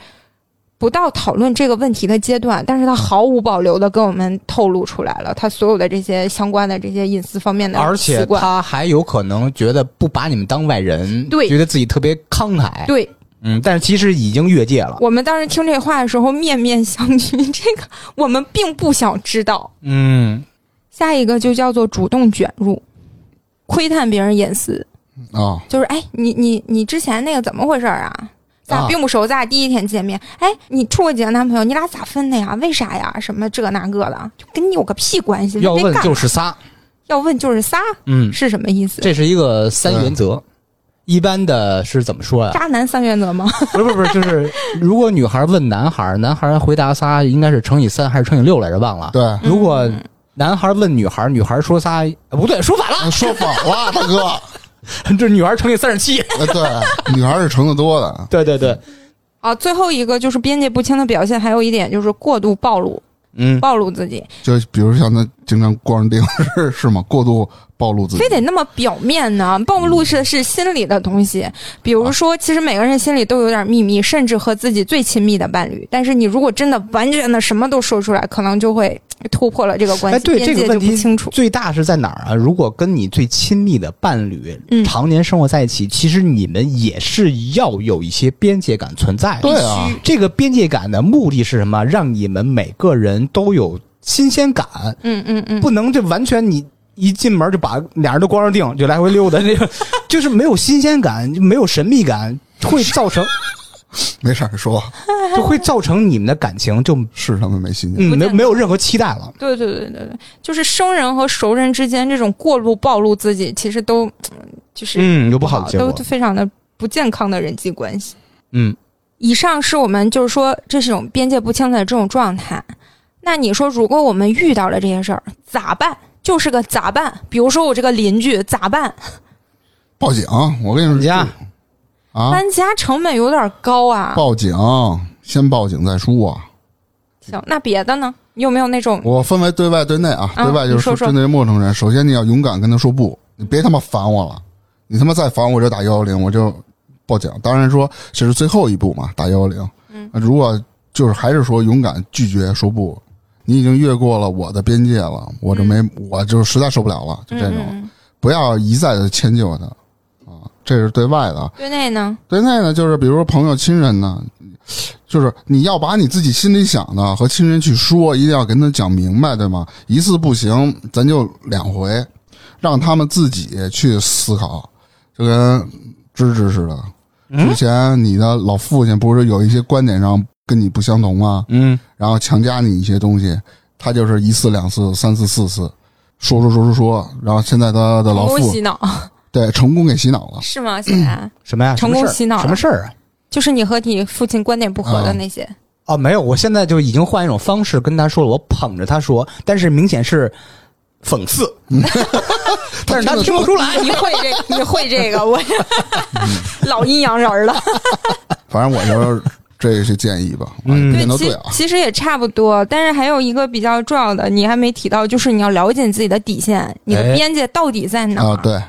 Speaker 2: 不到讨论这个问题的阶段，但是他毫无保留的跟我们透露出来了他所有的这些相关的这些隐私方面
Speaker 1: 嗯
Speaker 2: 的
Speaker 4: 而且
Speaker 2: 习惯。
Speaker 4: 他还有可能觉得不把你们当外人，
Speaker 2: 对
Speaker 4: 觉得自己特别慷慨，
Speaker 2: 对
Speaker 4: 嗯，但是其实已经越界了，
Speaker 2: 我们当时听这话的时候面面相觑，这个我们并不想知道。
Speaker 4: 嗯，
Speaker 2: 下一个就叫做主动卷入，窥探别人隐私，
Speaker 1: 啊，
Speaker 2: 就是哎，你你你之前那个怎么回事儿啊？咱俩
Speaker 4: 啊
Speaker 2: 并不熟，咱俩第一天见面，哎，你处过几个男朋友？你俩咋分的呀？为啥呀？什么这那个的，就跟你有个屁关系？
Speaker 4: 要
Speaker 2: 没
Speaker 4: 问
Speaker 2: 干
Speaker 4: 就是仨，
Speaker 2: 要问就是仨，
Speaker 4: 嗯，
Speaker 2: 是什么意思？
Speaker 4: 这是一个三原则。一般的是怎么说呀、
Speaker 2: 渣男三原则吗？ [laughs]
Speaker 4: [laughs] 不是不是不是，就是如果女孩问男孩，男孩回答仨，应该是乘以三还是乘以六来着？忘了。
Speaker 1: 对，啊
Speaker 4: 如果
Speaker 2: 嗯
Speaker 4: 男孩问女孩，女孩说仨，呃不对，说反了，
Speaker 1: 说反了，大哥。
Speaker 4: [laughs] 这女孩乘以三十七。
Speaker 1: 呃对，女孩是成的多的，
Speaker 4: 对对对，
Speaker 2: 啊，最后一个就是边界不清的表现，还有一点就是过度暴露，
Speaker 4: [laughs] 嗯，
Speaker 2: 暴露自己，
Speaker 1: 就比如像他经常光着腚是 [laughs] 是吗？过度暴露
Speaker 4: 嗯
Speaker 1: 自己
Speaker 2: 非，得那么表面呢？暴露是是心理的东西，比如说，其实每个人心里都有点秘密，甚至和自己最亲密的伴侣，但是你如果真的完全的什么都说出来，可能就会突破了这个关系，
Speaker 4: 哎对
Speaker 2: 边界
Speaker 4: 这个
Speaker 2: 就
Speaker 4: 问题
Speaker 2: 不清楚。
Speaker 4: 最大是在哪儿啊？如果跟你最亲密的伴侣
Speaker 2: 嗯
Speaker 4: 常年生活在一起，其实你们也是要有一些边界感存在的。
Speaker 1: 对啊，
Speaker 4: 这个边界感的目的是什么？让你们每个人都有新鲜感，
Speaker 2: 嗯嗯嗯，
Speaker 4: 不能就完全你一进门就把俩人都光着腚就来回溜达，这个就是没有新鲜感，就没有神秘感，会造成
Speaker 1: 没事儿说吧，
Speaker 4: 就会造成你们的感情就是
Speaker 1: 他们没信心。
Speaker 4: 嗯没
Speaker 2: 见得
Speaker 4: 没有任何期待了。
Speaker 2: 对对对对对，就是生人和熟人之间这种过度暴露自己，其实都嗯就是
Speaker 4: 嗯，有不
Speaker 2: 不
Speaker 4: 好的结
Speaker 2: 都
Speaker 4: 果。
Speaker 2: 非常的不健康的人际关系。
Speaker 4: 嗯，
Speaker 2: 以上是我们就是说这是种边界不清的这种状态。那你说，如果我们遇到了这些事儿，咋办？就是个咋办？比如说我这个邻居咋办？
Speaker 1: 报警，我跟你
Speaker 4: 你
Speaker 1: 说
Speaker 4: 家，
Speaker 1: 啊，
Speaker 2: 搬家成本有点高啊。
Speaker 1: 报警，先报警再说啊。
Speaker 2: 行，那别的呢？你有没有那种
Speaker 1: 我分为对外对内啊，
Speaker 2: 啊
Speaker 1: 对外就
Speaker 2: 你
Speaker 1: 是
Speaker 2: 说说
Speaker 1: 针对陌生人，首先你要勇敢跟他说不，你别他妈烦我了，你他妈再烦我就打幺幺零，我就报警。当然说这是最后一步嘛，打幺幺零。嗯，如果就是还是说勇敢拒绝说不，你已经越过了我的边界了，我就没、我就实在受不了了，就这种，
Speaker 2: 嗯嗯嗯嗯
Speaker 1: 不要一再的迁就他啊，这是对外的啊。
Speaker 2: 对内呢？
Speaker 1: 对内呢，就是比如说朋友、亲人呢，就是你要把你自己心里想的和亲人去说，一定要跟他讲明白，对吗？一次不行，咱就两回，让他们自己去思考，就跟芝芝似的。之前你的老父亲不是有一些观点上跟你不相同吗？
Speaker 3: 嗯，
Speaker 1: 然后强加你一些东西，他就是一次、两次、三次、四次，说说说说说，然后现在他的
Speaker 2: 成
Speaker 1: 老
Speaker 2: 功
Speaker 1: 父
Speaker 2: 洗脑
Speaker 1: 对成功给洗脑了。
Speaker 2: 哦是吗？现在
Speaker 4: 嗯
Speaker 3: 什么呀？
Speaker 2: 成功洗脑了
Speaker 3: 什么事儿啊？
Speaker 2: [clears throat] 就是你和你父亲观点不合的那些，
Speaker 4: 哦，没有，我现在就已经换一种方式跟他说了，我捧着他说，但是明显是
Speaker 2: [laughs]
Speaker 4: 讽刺，但是他听不出来。
Speaker 2: 你会这个，你会这
Speaker 4: [laughs]
Speaker 2: 个，我老阴阳人儿了。
Speaker 1: 反正我就是这些建议吧，
Speaker 3: 嗯
Speaker 1: 一
Speaker 2: 对
Speaker 1: 点，都
Speaker 2: 其
Speaker 1: 对啊。
Speaker 2: 其实也差不多，但是还有一个比较重要的，你还没提到，就是你要了解你自己的底线，你的
Speaker 3: 哎
Speaker 2: 边界到底在哪儿？
Speaker 1: 啊，对，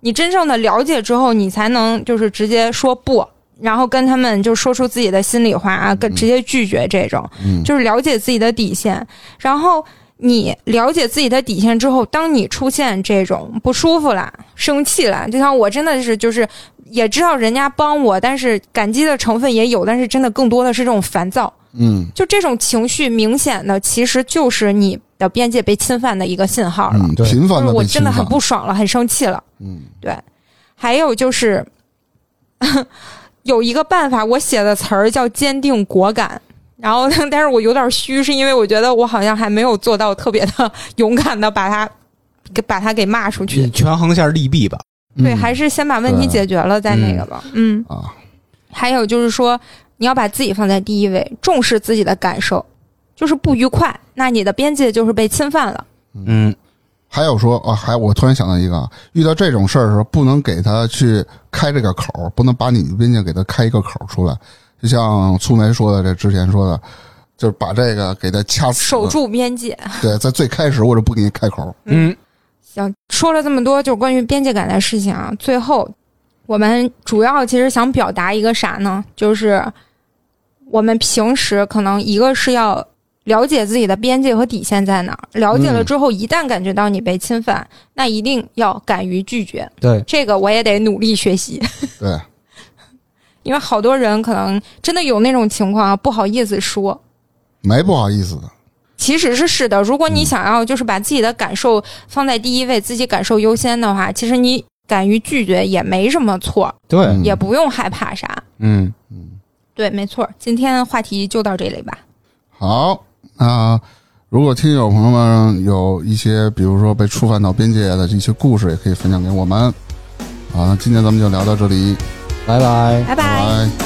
Speaker 2: 你真正的了解之后，你才能就是直接说不，然后跟他们就说出自己的心里话啊，跟直接拒绝这种，
Speaker 1: 嗯
Speaker 2: 就是了解自己的底线。然后你了解自己的底线之后，当你出现这种不舒服啦、生气啦，就像我真的是就是也知道人家帮我，但是感激的成分也有，但是真的更多的是这种烦躁。
Speaker 1: 嗯
Speaker 2: 就这种情绪明显的，其实就是你的边界被侵犯的一个信号了。
Speaker 1: 嗯，
Speaker 3: 对
Speaker 1: 频
Speaker 2: 就
Speaker 1: 繁
Speaker 2: 是
Speaker 1: 的
Speaker 2: 我
Speaker 1: 被
Speaker 2: 真
Speaker 1: 侵
Speaker 2: 的很
Speaker 1: 犯，
Speaker 2: 不爽了，很生气了。
Speaker 1: 嗯，
Speaker 2: 还有就是， [laughs] 有一个办法，我写的词儿叫“坚定果敢”。然后， [laughs] 但是我有点虚，是因为我觉得我好像还没有做到特别的 [laughs] 勇敢的把它给把它给骂出去。
Speaker 4: 你权衡一下利弊吧。
Speaker 2: 对，
Speaker 1: 嗯
Speaker 2: 还是先把问题
Speaker 1: 对
Speaker 2: 解决了再那个吧。嗯，
Speaker 1: 啊，
Speaker 2: 还有就是说，你要把自己放在第一位，重视自己的感受，就是不愉快，那你的边界就是被侵犯了。
Speaker 4: 嗯，
Speaker 1: 还有说啊，还我突然想到一个啊，遇到这种事儿的时候，不能给他去开这个口儿，不能把你的边界给他开一个口儿出来。就像粗梅说的，这之前说的，就是把这个给他掐死。
Speaker 2: 守住边界。
Speaker 1: 对，在最开始我就不给你开口儿。
Speaker 3: 嗯，
Speaker 2: 行，说了这么多，就是关于边界感的事情啊。最后，我们主要其实想表达一个啥呢？就是我们平时可能一个是要了解自己的边界和底线在哪儿，了解了
Speaker 1: 嗯
Speaker 2: 之后，一旦感觉到你被侵犯，那一定要敢于拒绝。
Speaker 3: 对，
Speaker 2: 这个我也得努力学习。 [laughs]
Speaker 1: 对，
Speaker 2: 因为好多人可能真的有那种情况啊，不好意思说。
Speaker 1: 没不好意思的，
Speaker 2: 其实是是的，如果你想要就是把自己的感受放在第一位，自己感受优先的话，其实你敢于拒绝也没什么错，
Speaker 3: 对，
Speaker 1: 嗯
Speaker 2: 也不用害怕啥。
Speaker 3: 嗯，
Speaker 2: 对，没错。今天话题就到这里吧。
Speaker 1: 好，那如果听友朋友们有一些，比如说被触犯到边界的一些故事，也可以分享给我们。好，那今天咱们就聊到这里，
Speaker 3: 拜拜。
Speaker 1: 拜
Speaker 2: 拜
Speaker 1: 拜。